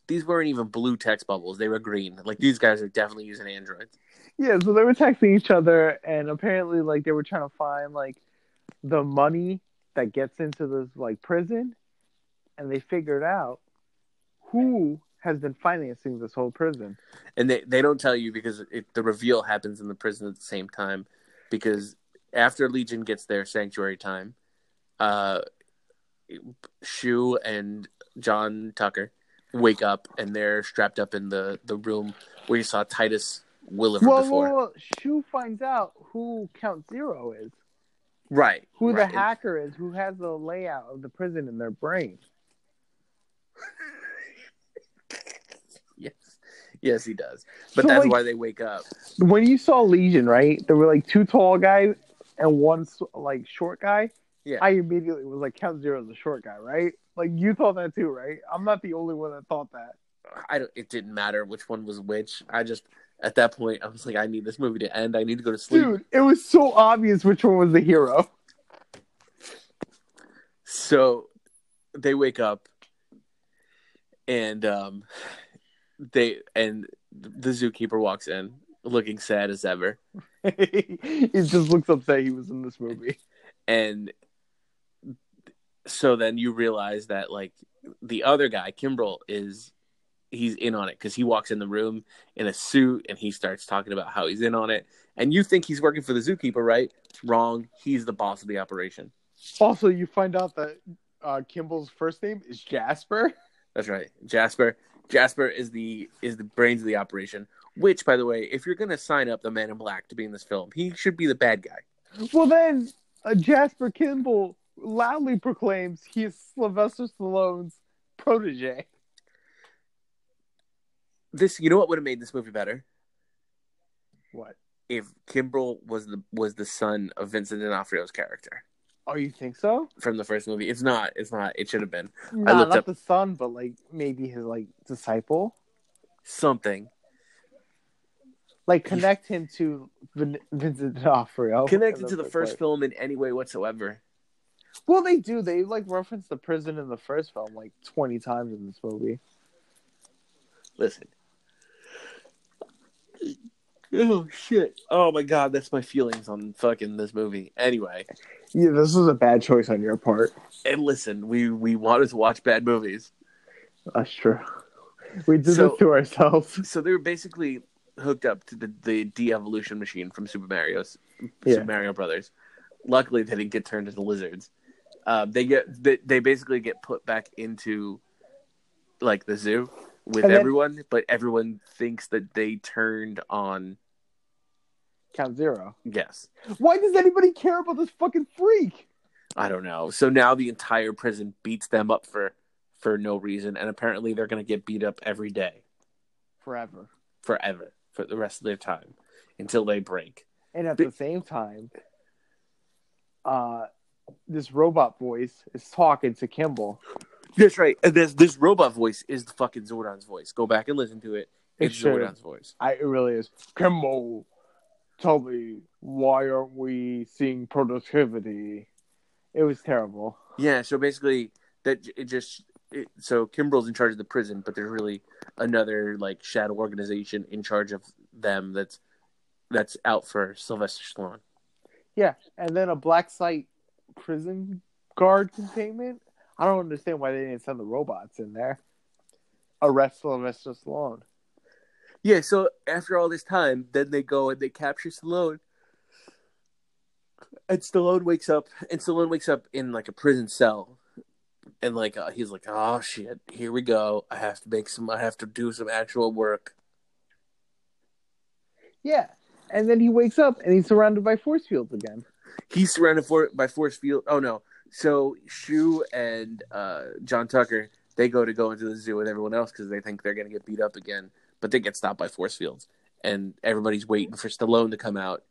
S2: these weren't even blue text bubbles. They were green. Like these guys are definitely using androids.
S3: Yeah, so they were texting each other and apparently like they were trying to find like the money that gets into this like prison and they figured out who has been financing this whole prison.
S2: And they they don't tell you because it, the reveal happens in the prison at the same time. Because after Legion gets their sanctuary time, uh, Shu and John Tucker wake up and they're strapped up in the the room where you saw Titus Williver
S3: Well,
S2: before.
S3: well, well, Shu finds out who Count Zero is,
S2: Right.
S3: who
S2: right.
S3: the hacker is, who has the layout of the prison in their brain.
S2: Yes. Yes, he does. But
S3: So,
S2: that's
S3: like-
S2: why they wake up.
S3: When you saw Legion, right? There were like two tall guys and one s- like short guy.
S2: Yeah.
S3: I immediately was like, Count Zero is a short guy, right? Like you thought that too, right? I'm not the only one that thought that.
S2: I don't, it didn't matter which one was which. I just at that point I was like, I need this movie to end. I need to go to sleep.
S3: Dude, it was so obvious which one was the hero.
S2: So they wake up and um they and the zookeeper walks in looking sad as ever
S3: it just looks upset he was in this movie.
S2: and so then you realize that like the other guy Kimbrel is he's in on it because he walks in the room in a suit and he starts talking about how he's in on it and you think he's working for the zookeeper right wrong he's the boss of the operation
S3: Also, you find out that uh, Kimball's first name is Jasper.
S2: That's right. Jasper. Jasper is the is the brains of the operation. Which, by the way, if you're gonna sign up the Man in Black to be in this film, he should be the bad guy.
S3: Well, then uh, Jasper Kimball loudly proclaims he is Sylvester Stallone's protege.
S2: This, you know, what would have made this movie better
S3: What?
S2: if Kimbrel was the was the son of Vincent D'Onofrio's character
S3: Oh, you think so?
S2: from the first movie. It's not. It's not. It should have been
S3: Nah,
S2: looked
S3: not
S2: up-
S3: the son, but like maybe his like disciple.
S2: something.
S3: Like connect him to Vin- Vincent D'Onofrio.
S2: Connected
S3: And
S2: to the
S3: that's
S2: first
S3: like-
S2: film in any way whatsoever.
S3: Well, they do. They like reference the prison in the first film like twenty times in this movie.
S2: Listen. Oh shit. Oh my god, that's my feelings on fucking this movie. Anyway.
S3: Yeah, this was a bad choice on your part.
S2: And listen, we we wanted to watch bad movies,
S3: That's true. We did
S2: So-
S3: this to ourselves.
S2: so they were basically hooked up to the, the de-evolution machine from Super Mario's
S3: Yeah.
S2: Super Mario Brothers. Luckily, they didn't get turned into lizards. Uh, they get they, they basically get put back into like the zoo with
S3: And then-
S2: everyone, but everyone thinks that they turned on.
S3: Count zero.
S2: Yes,
S3: Why does anybody care about this fucking freak?
S2: I don't know. So now the entire prison beats them up for for no reason, and apparently they're going to get beat up every day.
S3: Forever.
S2: forever for the rest of their time until they break.
S3: And at
S2: Be-
S3: the same time, uh, this robot voice is talking to Kimball.
S2: That's right. And this this robot voice is the fucking Zordon's voice. Go back and listen to it.
S3: It
S2: It's
S3: should.
S2: Zordon's voice.
S3: I, it really is. Kimball, tell me, why aren't we seeing productivity? It was terrible.
S2: Yeah. So basically, that j- it just it, so Kimbrel's in charge of the prison, but there's really another like shadow organization in charge of them that's that's out for Sylvester Stallone.
S3: Yeah, and then a black site prison guard containment. I don't understand why they didn't send the robots in there. Arrest Sylvester Stallone.
S2: Yeah, so after all this time, then they go and they capture Stallone. And Stallone wakes up, and Stallone wakes up in like a prison cell, and like uh, he's like, "Oh shit, here we go. I have to make some. I have to do some actual work."
S3: Yeah, and then he wakes up and he's surrounded by force fields again.
S2: He's surrounded for by force field. Oh no! So Shu and uh, John Tucker they go to go into the zoo with everyone else because they think they're gonna get beat up again, but they get stopped by force fields, and everybody's waiting for Stallone to come out.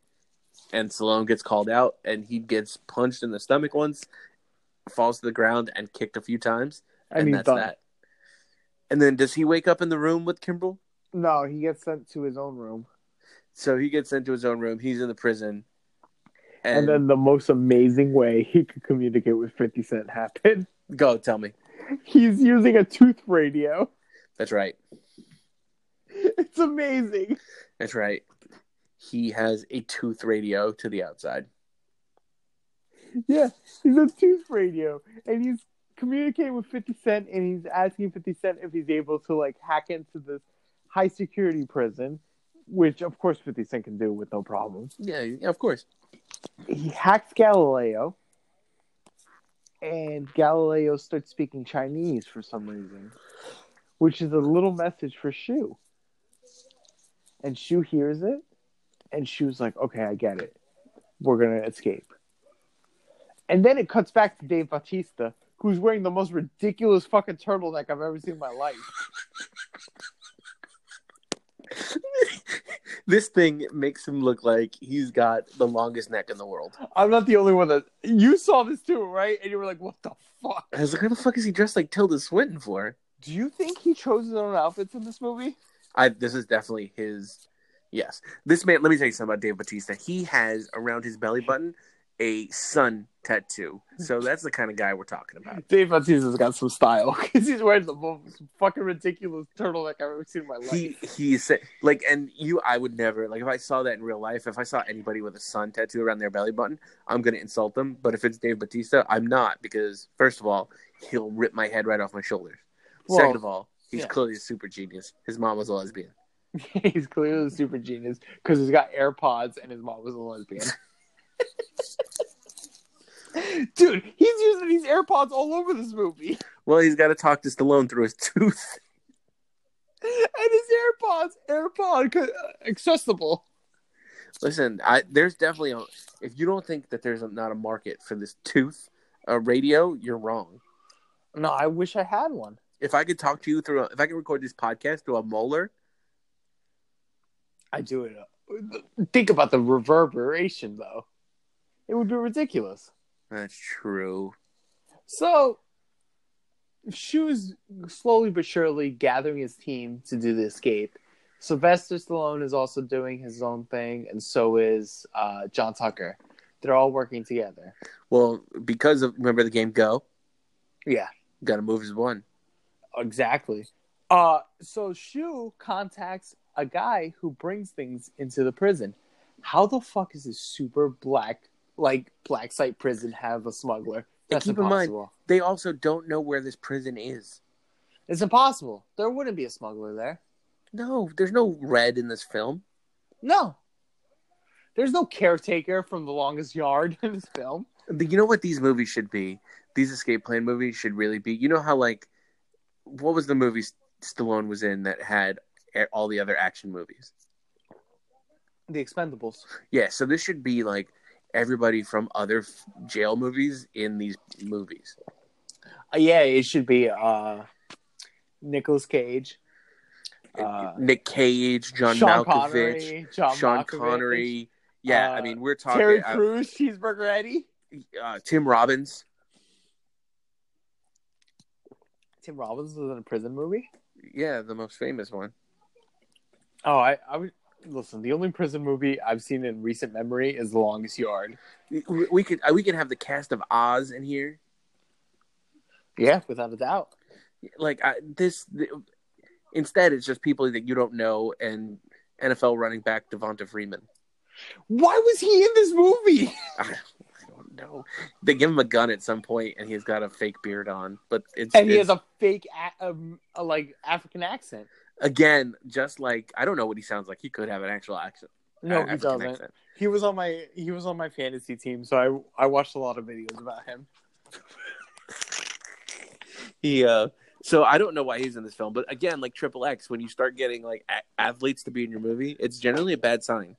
S2: And Stallone gets called out, and he gets punched in the stomach once, falls to the ground, and kicked a few times,
S3: And,
S2: and
S3: he's
S2: that's
S3: done.
S2: that. And then does he wake up in the room with Kimbrel?
S3: No, he gets sent to his own room,
S2: So he gets sent to his own room. He's in the prison,
S3: and,
S2: and,
S3: then the most amazing way he could communicate with Fifty Cent happened.
S2: go tell me.
S3: He's using a tooth radio.
S2: That's right.
S3: It's amazing.
S2: That's right. He has a tooth radio to the outside.
S3: Yeah, he's on Tooth Radio, and he's communicating with 50 Cent, and he's asking 50 Cent if he's able to like hack into this high security prison, which of course 50 Cent can do with no problem.
S2: Yeah, yeah, of course.
S3: He hacks Galileo, and Galileo starts speaking Chinese for some reason, which is a little message for Shu. And Shu hears it, and Shu's like, "Okay, I get it. We're gonna escape." And then it cuts back to Dave Bautista, who's wearing the most ridiculous fucking turtleneck I've ever seen in my life.
S2: This thing makes him look like he's got the longest neck in the world.
S3: I'm not the only one that you saw this too, right? And you were like, "What the fuck?"
S2: I was like, "What the fuck is he dressed like Tilda Swinton for?"
S3: Do you think he chose his own outfits in this movie?
S2: I this is definitely his. Yes, this man. Let me tell you something about Dave Batista. He has around his belly button a sun tattoo. So that's the kind of guy we're talking about.
S3: Dave Bautista's got some style because he's wearing the most fucking ridiculous turtleneck I've ever seen in my life.
S2: He he said like, and you, I would never like if I saw that in real life. If I saw anybody with a sun tattoo around their belly button, I'm gonna insult them. But if it's Dave Batista, I'm not because first of all, he'll rip my head right off my shoulders.
S3: Well,
S2: Second of all, he's
S3: yeah.
S2: clearly a super genius. His mom was a lesbian.
S3: he's clearly a super genius because he's got AirPods and his mom was a lesbian. Dude, he's using these AirPods all over this movie,
S2: Well, he's got to talk to Stallone through his tooth.
S3: and his AirPods, AirPod co- accessible.
S2: Listen, I there's definitely a if you don't think that there's a, not a market for this tooth uh, radio, you're wrong.
S3: No, I wish I had one.
S2: If I could talk to you through, a, if I could record this podcast through a molar,
S3: I do it. uh, Think about the reverberation, though. It would be ridiculous.
S2: that's true.
S3: So, Shu's slowly but surely gathering his team to do the escape. Sylvester Stallone is also doing his own thing, and so is uh, John Tucker. They're all working together.
S2: Well, because of remember the game Go,
S3: Yeah,
S2: got to move as one.
S3: exactly. Uh, so Shu contacts a guy who brings things into the prison. How the fuck is this super black, like black site prison, have a smuggler?
S2: And
S3: That's
S2: keep in mind-
S3: impossible.
S2: They also don't know where this prison is.
S3: it's impossible. There wouldn't be a smuggler there.
S2: No, there's no red in this film.
S3: No. There's no caretaker from The Longest Yard in this film.
S2: But you know what these movies should be? These escape plan movies should really be. You know how like, what was the movie Stallone was in that had a- all the other action movies?
S3: The Expendables.
S2: Yeah, so this should be like everybody from other f- jail movies in these movies.
S3: Uh, yeah, it should be uh Nicolas Cage, uh,
S2: Nick Cage, John
S3: Sean
S2: Malkovich,
S3: Connery, John
S2: Sean
S3: Malkovich,
S2: Connery. Yeah, I
S3: uh,
S2: mean we're talking
S3: Terry
S2: uh,
S3: Crews, Cheeseburger Eddie,
S2: uh, Tim Robbins.
S3: Tim Robbins was in a prison movie.
S2: Yeah, the most famous one.
S3: Oh, I, I would listen. The only prison movie I've seen in recent memory is The Longest Yard.
S2: We we could uh, we could have the cast of Oz in here.
S3: Yeah, without a doubt.
S2: Like I, this. th instead, it's just people that you don't know and NFL running back Devonta Freeman.
S3: Why was he in this movie?
S2: I don't know. They give him a gun at some point, and he's got a fake beard on. But it's
S3: And he has
S2: it's-
S3: a fake, a, um, a, like African accent.
S2: again just like I don't know what he sounds like. He could have an actual accent.
S3: No,
S2: African
S3: he doesn't.
S2: accent.
S3: He was on my he was on my fantasy team, so I I watched a lot of videos about him.
S2: He uh, so I don't know why he's in this film, but again, like Triple X, when you start getting like a- athletes to be in your movie, it's generally a bad sign.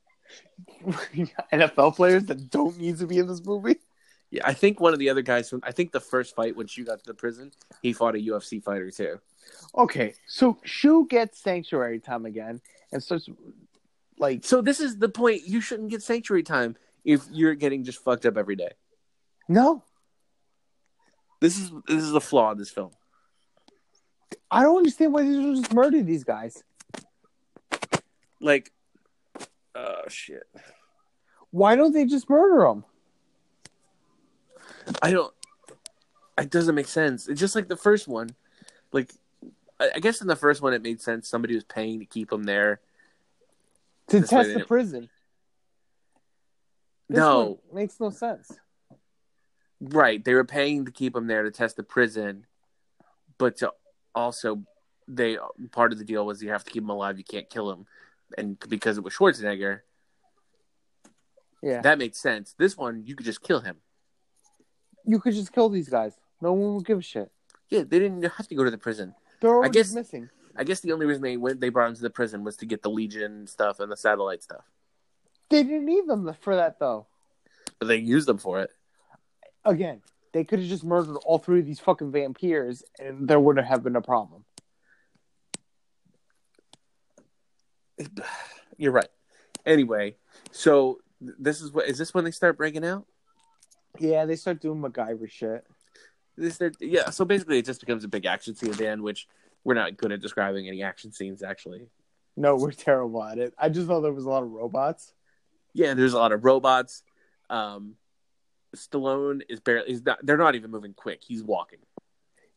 S3: NFL players that don't need to be in this movie.
S2: Yeah, I think one of the other guys from I think the first fight when Shu got to the prison, he fought a UFC fighter too.
S3: Okay, so Shu gets sanctuary time again and starts like
S2: So this is the point. You shouldn't get sanctuary time if you're getting just fucked up every day.
S3: no,
S2: This is this is the flaw in this film.
S3: I don't understand why they don't just murder these guys.
S2: Like, oh shit.
S3: Why don't they just murder them?
S2: I don't. It doesn't make sense. It's just like the first one. Like, I, I guess in the first one it made sense. Somebody was paying to keep him there.
S3: To
S2: This way
S3: test
S2: they
S3: the
S2: don't-
S3: prison. This
S2: no,
S3: one makes no sense.
S2: right? They were paying to keep him there to test the prison, but to also they part of the deal was you have to keep him alive. You can't kill him, and because it was Schwarzenegger,
S3: Yeah,
S2: that makes sense. This one you could just kill him.
S3: you could just kill these guys. No one would give a shit.
S2: Yeah, they didn't have to go to the prison.
S3: They're already
S2: guess-
S3: missing.
S2: I guess the only reason they went, they brought him to the prison was to get the Legion stuff and the satellite stuff,
S3: They didn't need them for that though.
S2: but they used them for it.
S3: Again, they could have just murdered all three of these fucking vampires, and there wouldn't have been a problem.
S2: You're right. Anyway, so th- this is what is this when they start breaking out?
S3: Yeah, they start doing MacGyver shit.
S2: This they're- yeah. So basically, it just becomes a big action scene at the end, which we're not good at describing any action scenes actually.
S3: No, we're terrible at it. I just know there was a lot of robots.
S2: Yeah, there's a lot of robots. Um, Stallone is barely is not. They're not even moving quick. He's walking.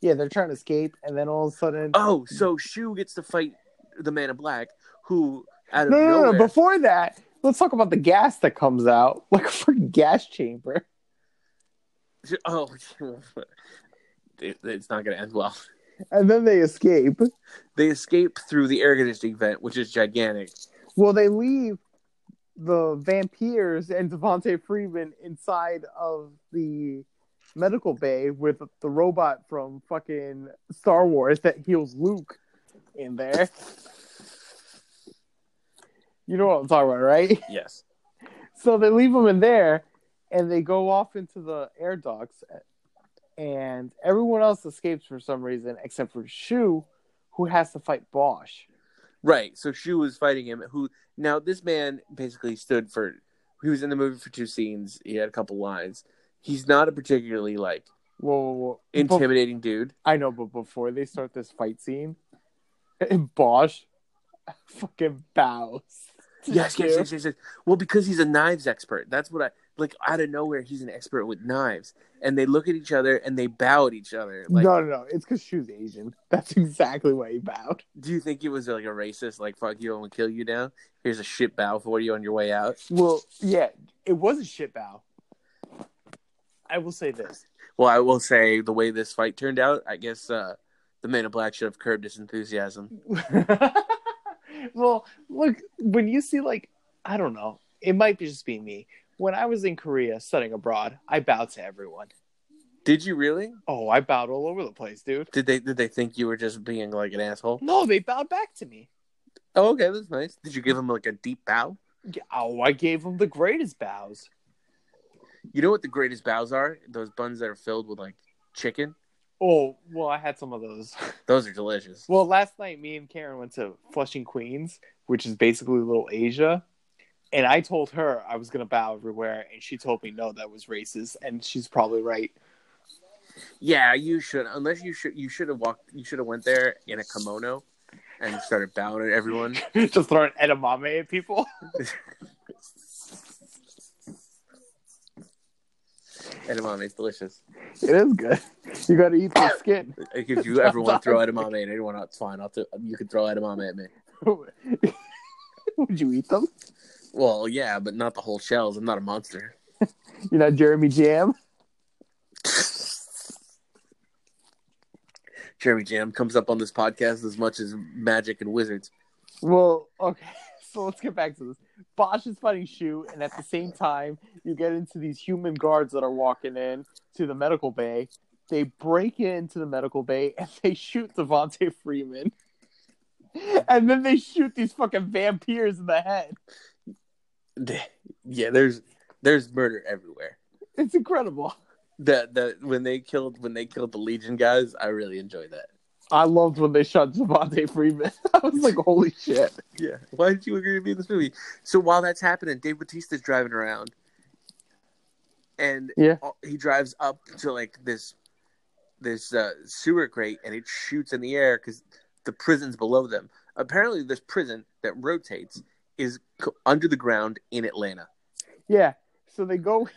S3: Yeah, they're trying to escape, and then all of a sudden,
S2: Oh, so Shu gets to fight the Man in Black, who out
S3: no,
S2: of
S3: no, no,
S2: nowhere.
S3: no! Before that, let's talk about the gas that comes out like a freaking gas chamber.
S2: oh, it- it's not going to end well.
S3: And then they escape.
S2: They escape through the air conditioning vent, which is gigantic.
S3: Well, they leave the vampires and Devontae Freeman inside of the medical bay with the robot from fucking Star Wars that heals Luke in there. You know what I'm talking about, right?
S2: Yes.
S3: So they leave him in there and they go off into the air ducts and everyone else escapes for some reason except for Shu who has to fight Bosch.
S2: Right. So Shu was fighting him. Who now this man basically stood for. He was in the movie for two scenes. He had a couple lines. He's not a particularly like
S3: Whoa, whoa, whoa. Bef-
S2: intimidating dude.
S3: I know, but before they start this fight scene, Bosch fucking bows. to
S2: Yes, yes,
S3: Shu.
S2: yes, yes, yes. Well, because he's a knives expert. That's what I like. Out of nowhere, he's an expert with knives, and they look at each other and they bow at each other. Like,
S3: no, no, no. It's because Shu's Asian. That's exactly why he bowed.
S2: do you think it was like a racist? Like, fuck you, I'm gonna kill you now. Here's a shit bow for you on your way out.
S3: Well, yeah, it was a shit bow. I will say this.
S2: Well, I will say the way this fight turned out, I guess uh, the Man in Black should have curbed his enthusiasm.
S3: well, look, when you see, like, I don't know, it might be just be me. When I was in Korea studying abroad, I bowed to everyone.
S2: Did you really?
S3: Oh, I bowed all over the place, dude.
S2: Did they did they think you were just being like an asshole?
S3: No, they bowed back to me.
S2: Oh, okay, that's nice. Did you give him like a deep bow?
S3: Yeah, Oh, I gave him the greatest bows.
S2: You know what the greatest bows are? Those buns that are filled with like chicken.
S3: Oh, well, I had some of those.
S2: Those are delicious.
S3: Well, last night, me and Karen went to Flushing, Queens, which is basically Little Asia. And I told her I was going to bow everywhere. And she told me, no, that was racist. And she's probably right.
S2: Yeah, you should. Unless you should, you should have walked. You should have went there in a kimono and started bowing at everyone.
S3: Just throwing edamame at people.
S2: Edamame is delicious.
S3: It is good. You got to eat the skin.
S2: If you ever want to throw edamame at anyone, it's fine. I'll th- you can throw edamame at me.
S3: Would you eat them?
S2: Well, yeah, but not the whole shells. I'm not a monster.
S3: You're not Jeremy Jam.
S2: Jeremy Jam comes up on this podcast as much as magic and wizards.
S3: Well, okay. So let's get back to this. Bosch is fighting Shu, and at the same time, you get into these human guards that are walking in to the medical bay. They break into the medical bay and they shoot Devontae Freeman. And then they shoot these fucking vampires in the head.
S2: Yeah, there's there's murder everywhere.
S3: It's incredible.
S2: That that when they killed when they killed the Legion guys, I really enjoyed that.
S3: I loved when they shot Devontae Freeman. I was like, holy shit.
S2: Yeah. Why did you agree to be in this movie? So while that's happening, Dave Bautista's driving around, and
S3: Yeah.
S2: he drives up to like this this uh, sewer grate, and it shoots in the air because the prison's below them. Apparently, this prison that rotates is co- under the ground in Atlanta.
S3: Yeah. So they go.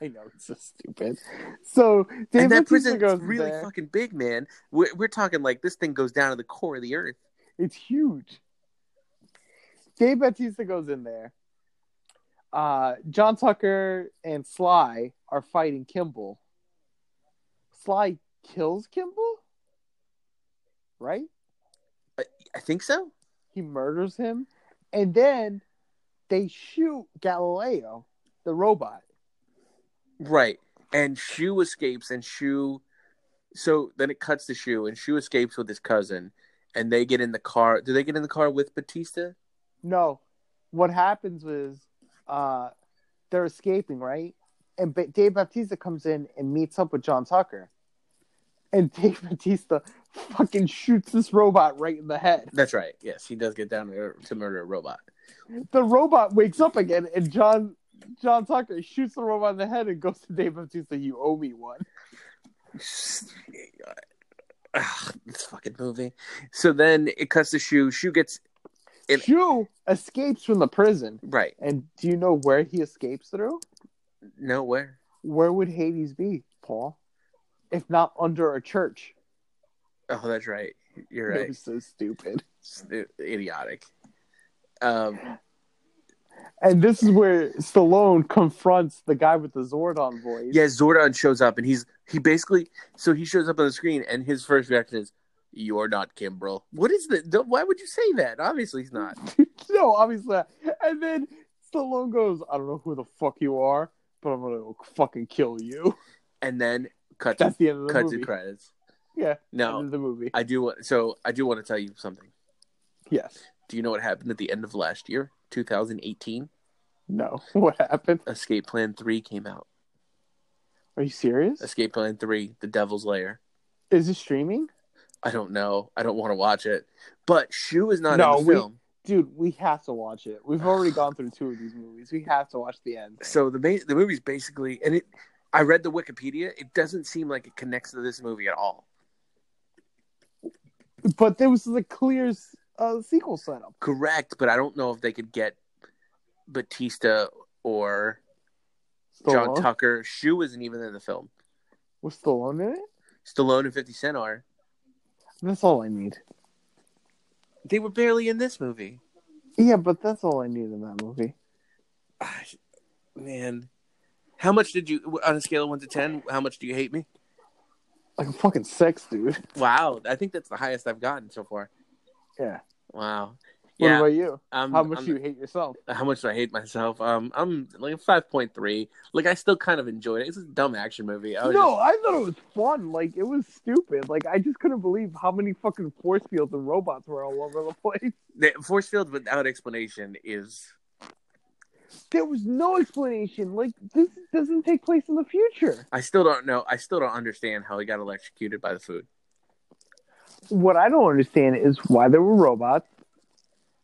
S3: I know it's so stupid. So Dave
S2: and
S3: Bautista
S2: that prison's
S3: goes
S2: really
S3: there.
S2: fucking big, man. We're, we're talking like this thing goes down to the core of the earth.
S3: It's huge. Dave Batista goes in there. Uh, John Tucker and Sly are fighting Kimball. Sly kills Kimball, right?
S2: I think so.
S3: He murders him, and then they shoot Galileo, the robot.
S2: Right. And Shu escapes, and Shu. So then it cuts to Shu, and Shu escapes with his cousin, and they get in the car. Do they get in the car with Batista?
S3: No, what happens is uh, they're escaping, right? And ba- Dave Baptista comes in and meets up with John Tucker, and Dave Baptista fucking shoots this robot right in the head.
S2: That's right. Yes, he does get down there to murder a robot.
S3: The robot wakes up again, and John John Tucker shoots the robot in the head and goes to Dave Baptista, "You owe me one."
S2: Ugh, this fucking movie. So then it cuts to Shu. Shu gets It-
S3: Shu escapes from the prison,
S2: right.
S3: and do you know where he escapes through?
S2: Nowhere.
S3: Where would Hades be, Paul? If not under a church.
S2: Oh, that's right. You're
S3: It
S2: right.
S3: was so stupid.
S2: Idiotic. Um,
S3: And this is where Stallone confronts the guy with the Zordon voice.
S2: Yeah, Zordon shows up and he's he basically so he shows up on the screen and his first reaction is, "You're not Kimbrel." What is that? Don't- Why would you say that? Obviously, he's not.
S3: no, obviously not. And then Stallone goes, I don't know who the fuck you are, but I'm gonna fucking kill you.
S2: And then cut
S3: That's the end of the
S2: cut to
S3: movie.
S2: credits.
S3: Yeah. End
S2: No,
S3: of the movie.
S2: I do want so I do want to tell you something.
S3: Yes.
S2: Do you know what happened at the end of last year, 2018?
S3: No. What happened?
S2: Escape Plan Three came out.
S3: Are you serious?
S2: Escape Plan Three: The Devil's Lair.
S3: Is it streaming?
S2: I don't know. I don't want to watch it. But Shu is not
S3: No,
S2: in the
S3: we-
S2: film.
S3: Dude, we have to watch it. We've already gone through two of these movies. We have to watch the end.
S2: so the main, the movie's basically and it I read the Wikipedia, it doesn't seem like it connects to this movie at all.
S3: But there was a clear uh, sequel setup.
S2: Correct, but I don't know if they could get Batista or
S3: Stallone?
S2: John Tucker. Shu isn't even in the film.
S3: Was Stallone in it?
S2: Stallone and 50 Cent are.
S3: That's all I need.
S2: They were barely in this movie.
S3: Yeah, but that's all I need in that movie.
S2: Ah, Man, how much did you on a scale of 1 to 10, how much do you hate me?
S3: Like a fucking sex, dude.
S2: Wow, I think that's the highest I've gotten so far.
S3: Yeah.
S2: Wow.
S3: What
S2: Yeah.
S3: about you?
S2: I'm-
S3: How much
S2: I'm-
S3: you hate yourself?
S2: how much do I hate myself? Um, I'm like five point three. Like I still kind of enjoyed it. It's a dumb action movie. I was
S3: No, I thought it was fun. Like it was stupid. Like I just couldn't believe how many fucking force fields and robots were all over the place.
S2: just, the force field without explanation is
S3: There was no explanation. Like this doesn't take place in the future.
S2: I still don't know. I still don't understand how he got electrocuted by the food.
S3: What I don't understand is why there were robots.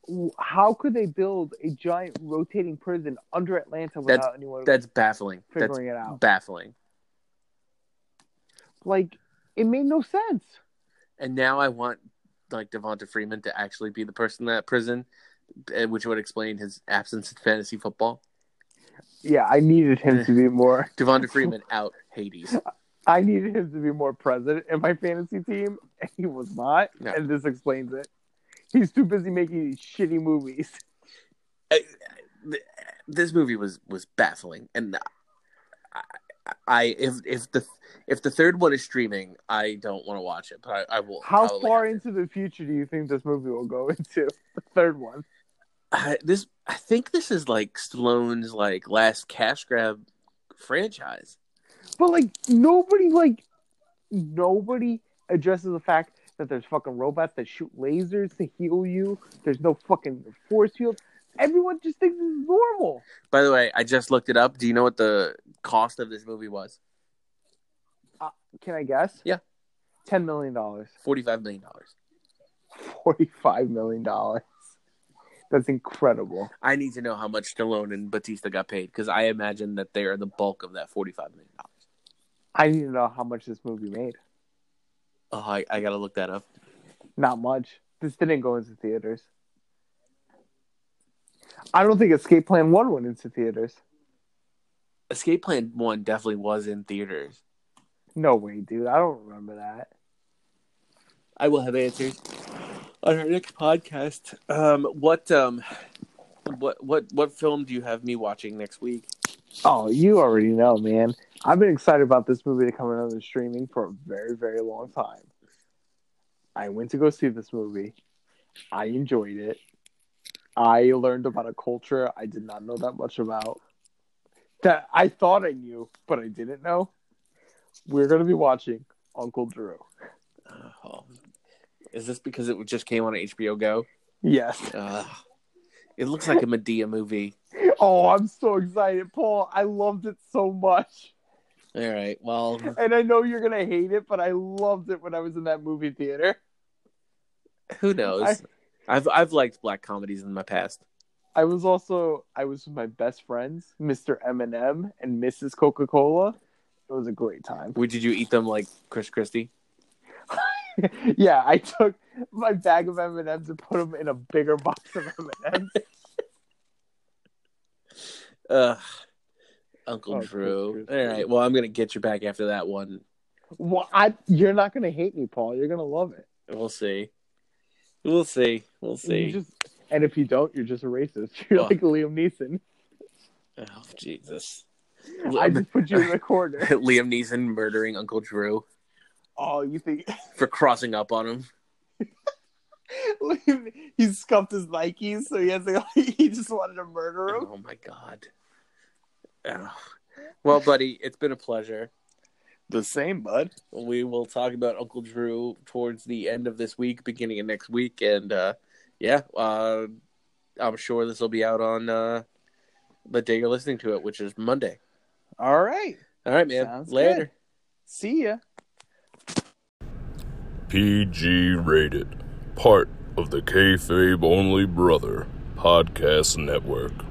S3: W- How could they build a giant rotating prison under Atlanta without anyone
S2: That's baffling. That's
S3: figuring it out?
S2: baffling.
S3: Like it made no sense.
S2: And now I want like Devonta Freeman to actually be the person in that prison, eh, which would explain his absence in fantasy football.
S3: Yeah, I needed
S2: Mm.
S3: him to be more
S2: Devonta Freeman out Hades.
S3: I needed him to be more present in my fantasy team, and he was not.
S2: No.
S3: And this explains it. He's too busy making these shitty movies.
S2: th- this movie was was baffling, and I, I if if the if the third one is streaming, I don't want to watch it, but I, I will.
S3: How
S2: probably
S3: far
S2: have to.
S3: into the future do you think this movie will go into? The third one.
S2: I, this I think this is like Stallone's like last cash grab franchise.
S3: But like nobody like nobody addresses the fact that there's fucking robots that shoot lasers to heal you. There's no fucking force field. Everyone just thinks it's normal.
S2: By the way, I just looked it up. Do you know what the cost of this movie was?
S3: Can I guess?
S2: Yeah.
S3: Ten million dollars.
S2: Forty five million dollars.
S3: Forty five million dollars. That's incredible.
S2: I need to know how much Stallone and Batista got paid because I imagine that they are the bulk of that forty five million dollars.
S3: I need to know how much this movie made.
S2: Oh, I, I gotta look that up.
S3: Not much. This didn't go into theaters. I don't think Escape Plan One went into theaters.
S2: Escape Plan One definitely was in theaters.
S3: No way, dude. I don't remember that.
S2: I will have answers on our next podcast. Um, what um, what what what film do you have me watching next week?
S3: Oh, you already know, man. I've been excited about this movie to come out on streaming for a very, very long time. I went to go see this movie. I enjoyed it. I learned about a culture I did not know that much about. That I thought I knew, but I didn't know. We're going to be watching Uncle Drew.
S2: Oh, is this because it just came on HBO Go?
S3: Yes.
S2: Uh, it looks like a Medea movie.
S3: Oh, I'm so excited, Paul. I loved it so much.
S2: All right. Well,
S3: And I know you're going to hate it, but I loved it when I was in that movie theater.
S2: who knows? I've I've liked black comedies in my past.
S3: I was also I was with my best friends, Mr. Eminem and Mrs. Coca Cola. It was a great time.
S2: Would did you eat them like Chris Christie?
S3: yeah, I took my bag of M and M's and put them in a bigger box of M and M's.
S2: Uh, Uncle
S3: Oh, Chris
S2: Drew.
S3: Christie.
S2: All right. Well, I'm gonna get you back after that one.
S3: Well, I, you're not gonna hate me, Paul. You're gonna love it.
S2: We'll see. We'll see. We'll
S3: You
S2: see.
S3: just, and if you don't, you're just a racist. You're
S2: Oh.
S3: like Liam Neeson.
S2: Oh Jesus!
S3: I just put you in the corner.
S2: Liam Neeson murdering Uncle Drew
S3: Oh, you think
S2: for crossing up on him.
S3: Liam- he scuffed his Nikes, so he has like, he just wanted to murder him.
S2: Oh my God. Oh. Well, buddy, it's been a pleasure.
S3: The same, bud.
S2: We will talk about Uncle Drew towards the end of this week, beginning of next week, and uh, yeah, uh, I'm sure this will be out on uh, the day you're listening to it, which is Monday.
S3: All right.
S2: All right, man.
S3: Sounds
S2: Later.
S3: good. See ya.
S4: PG Rated, part of the Kayfabe Only Brother Podcast Network.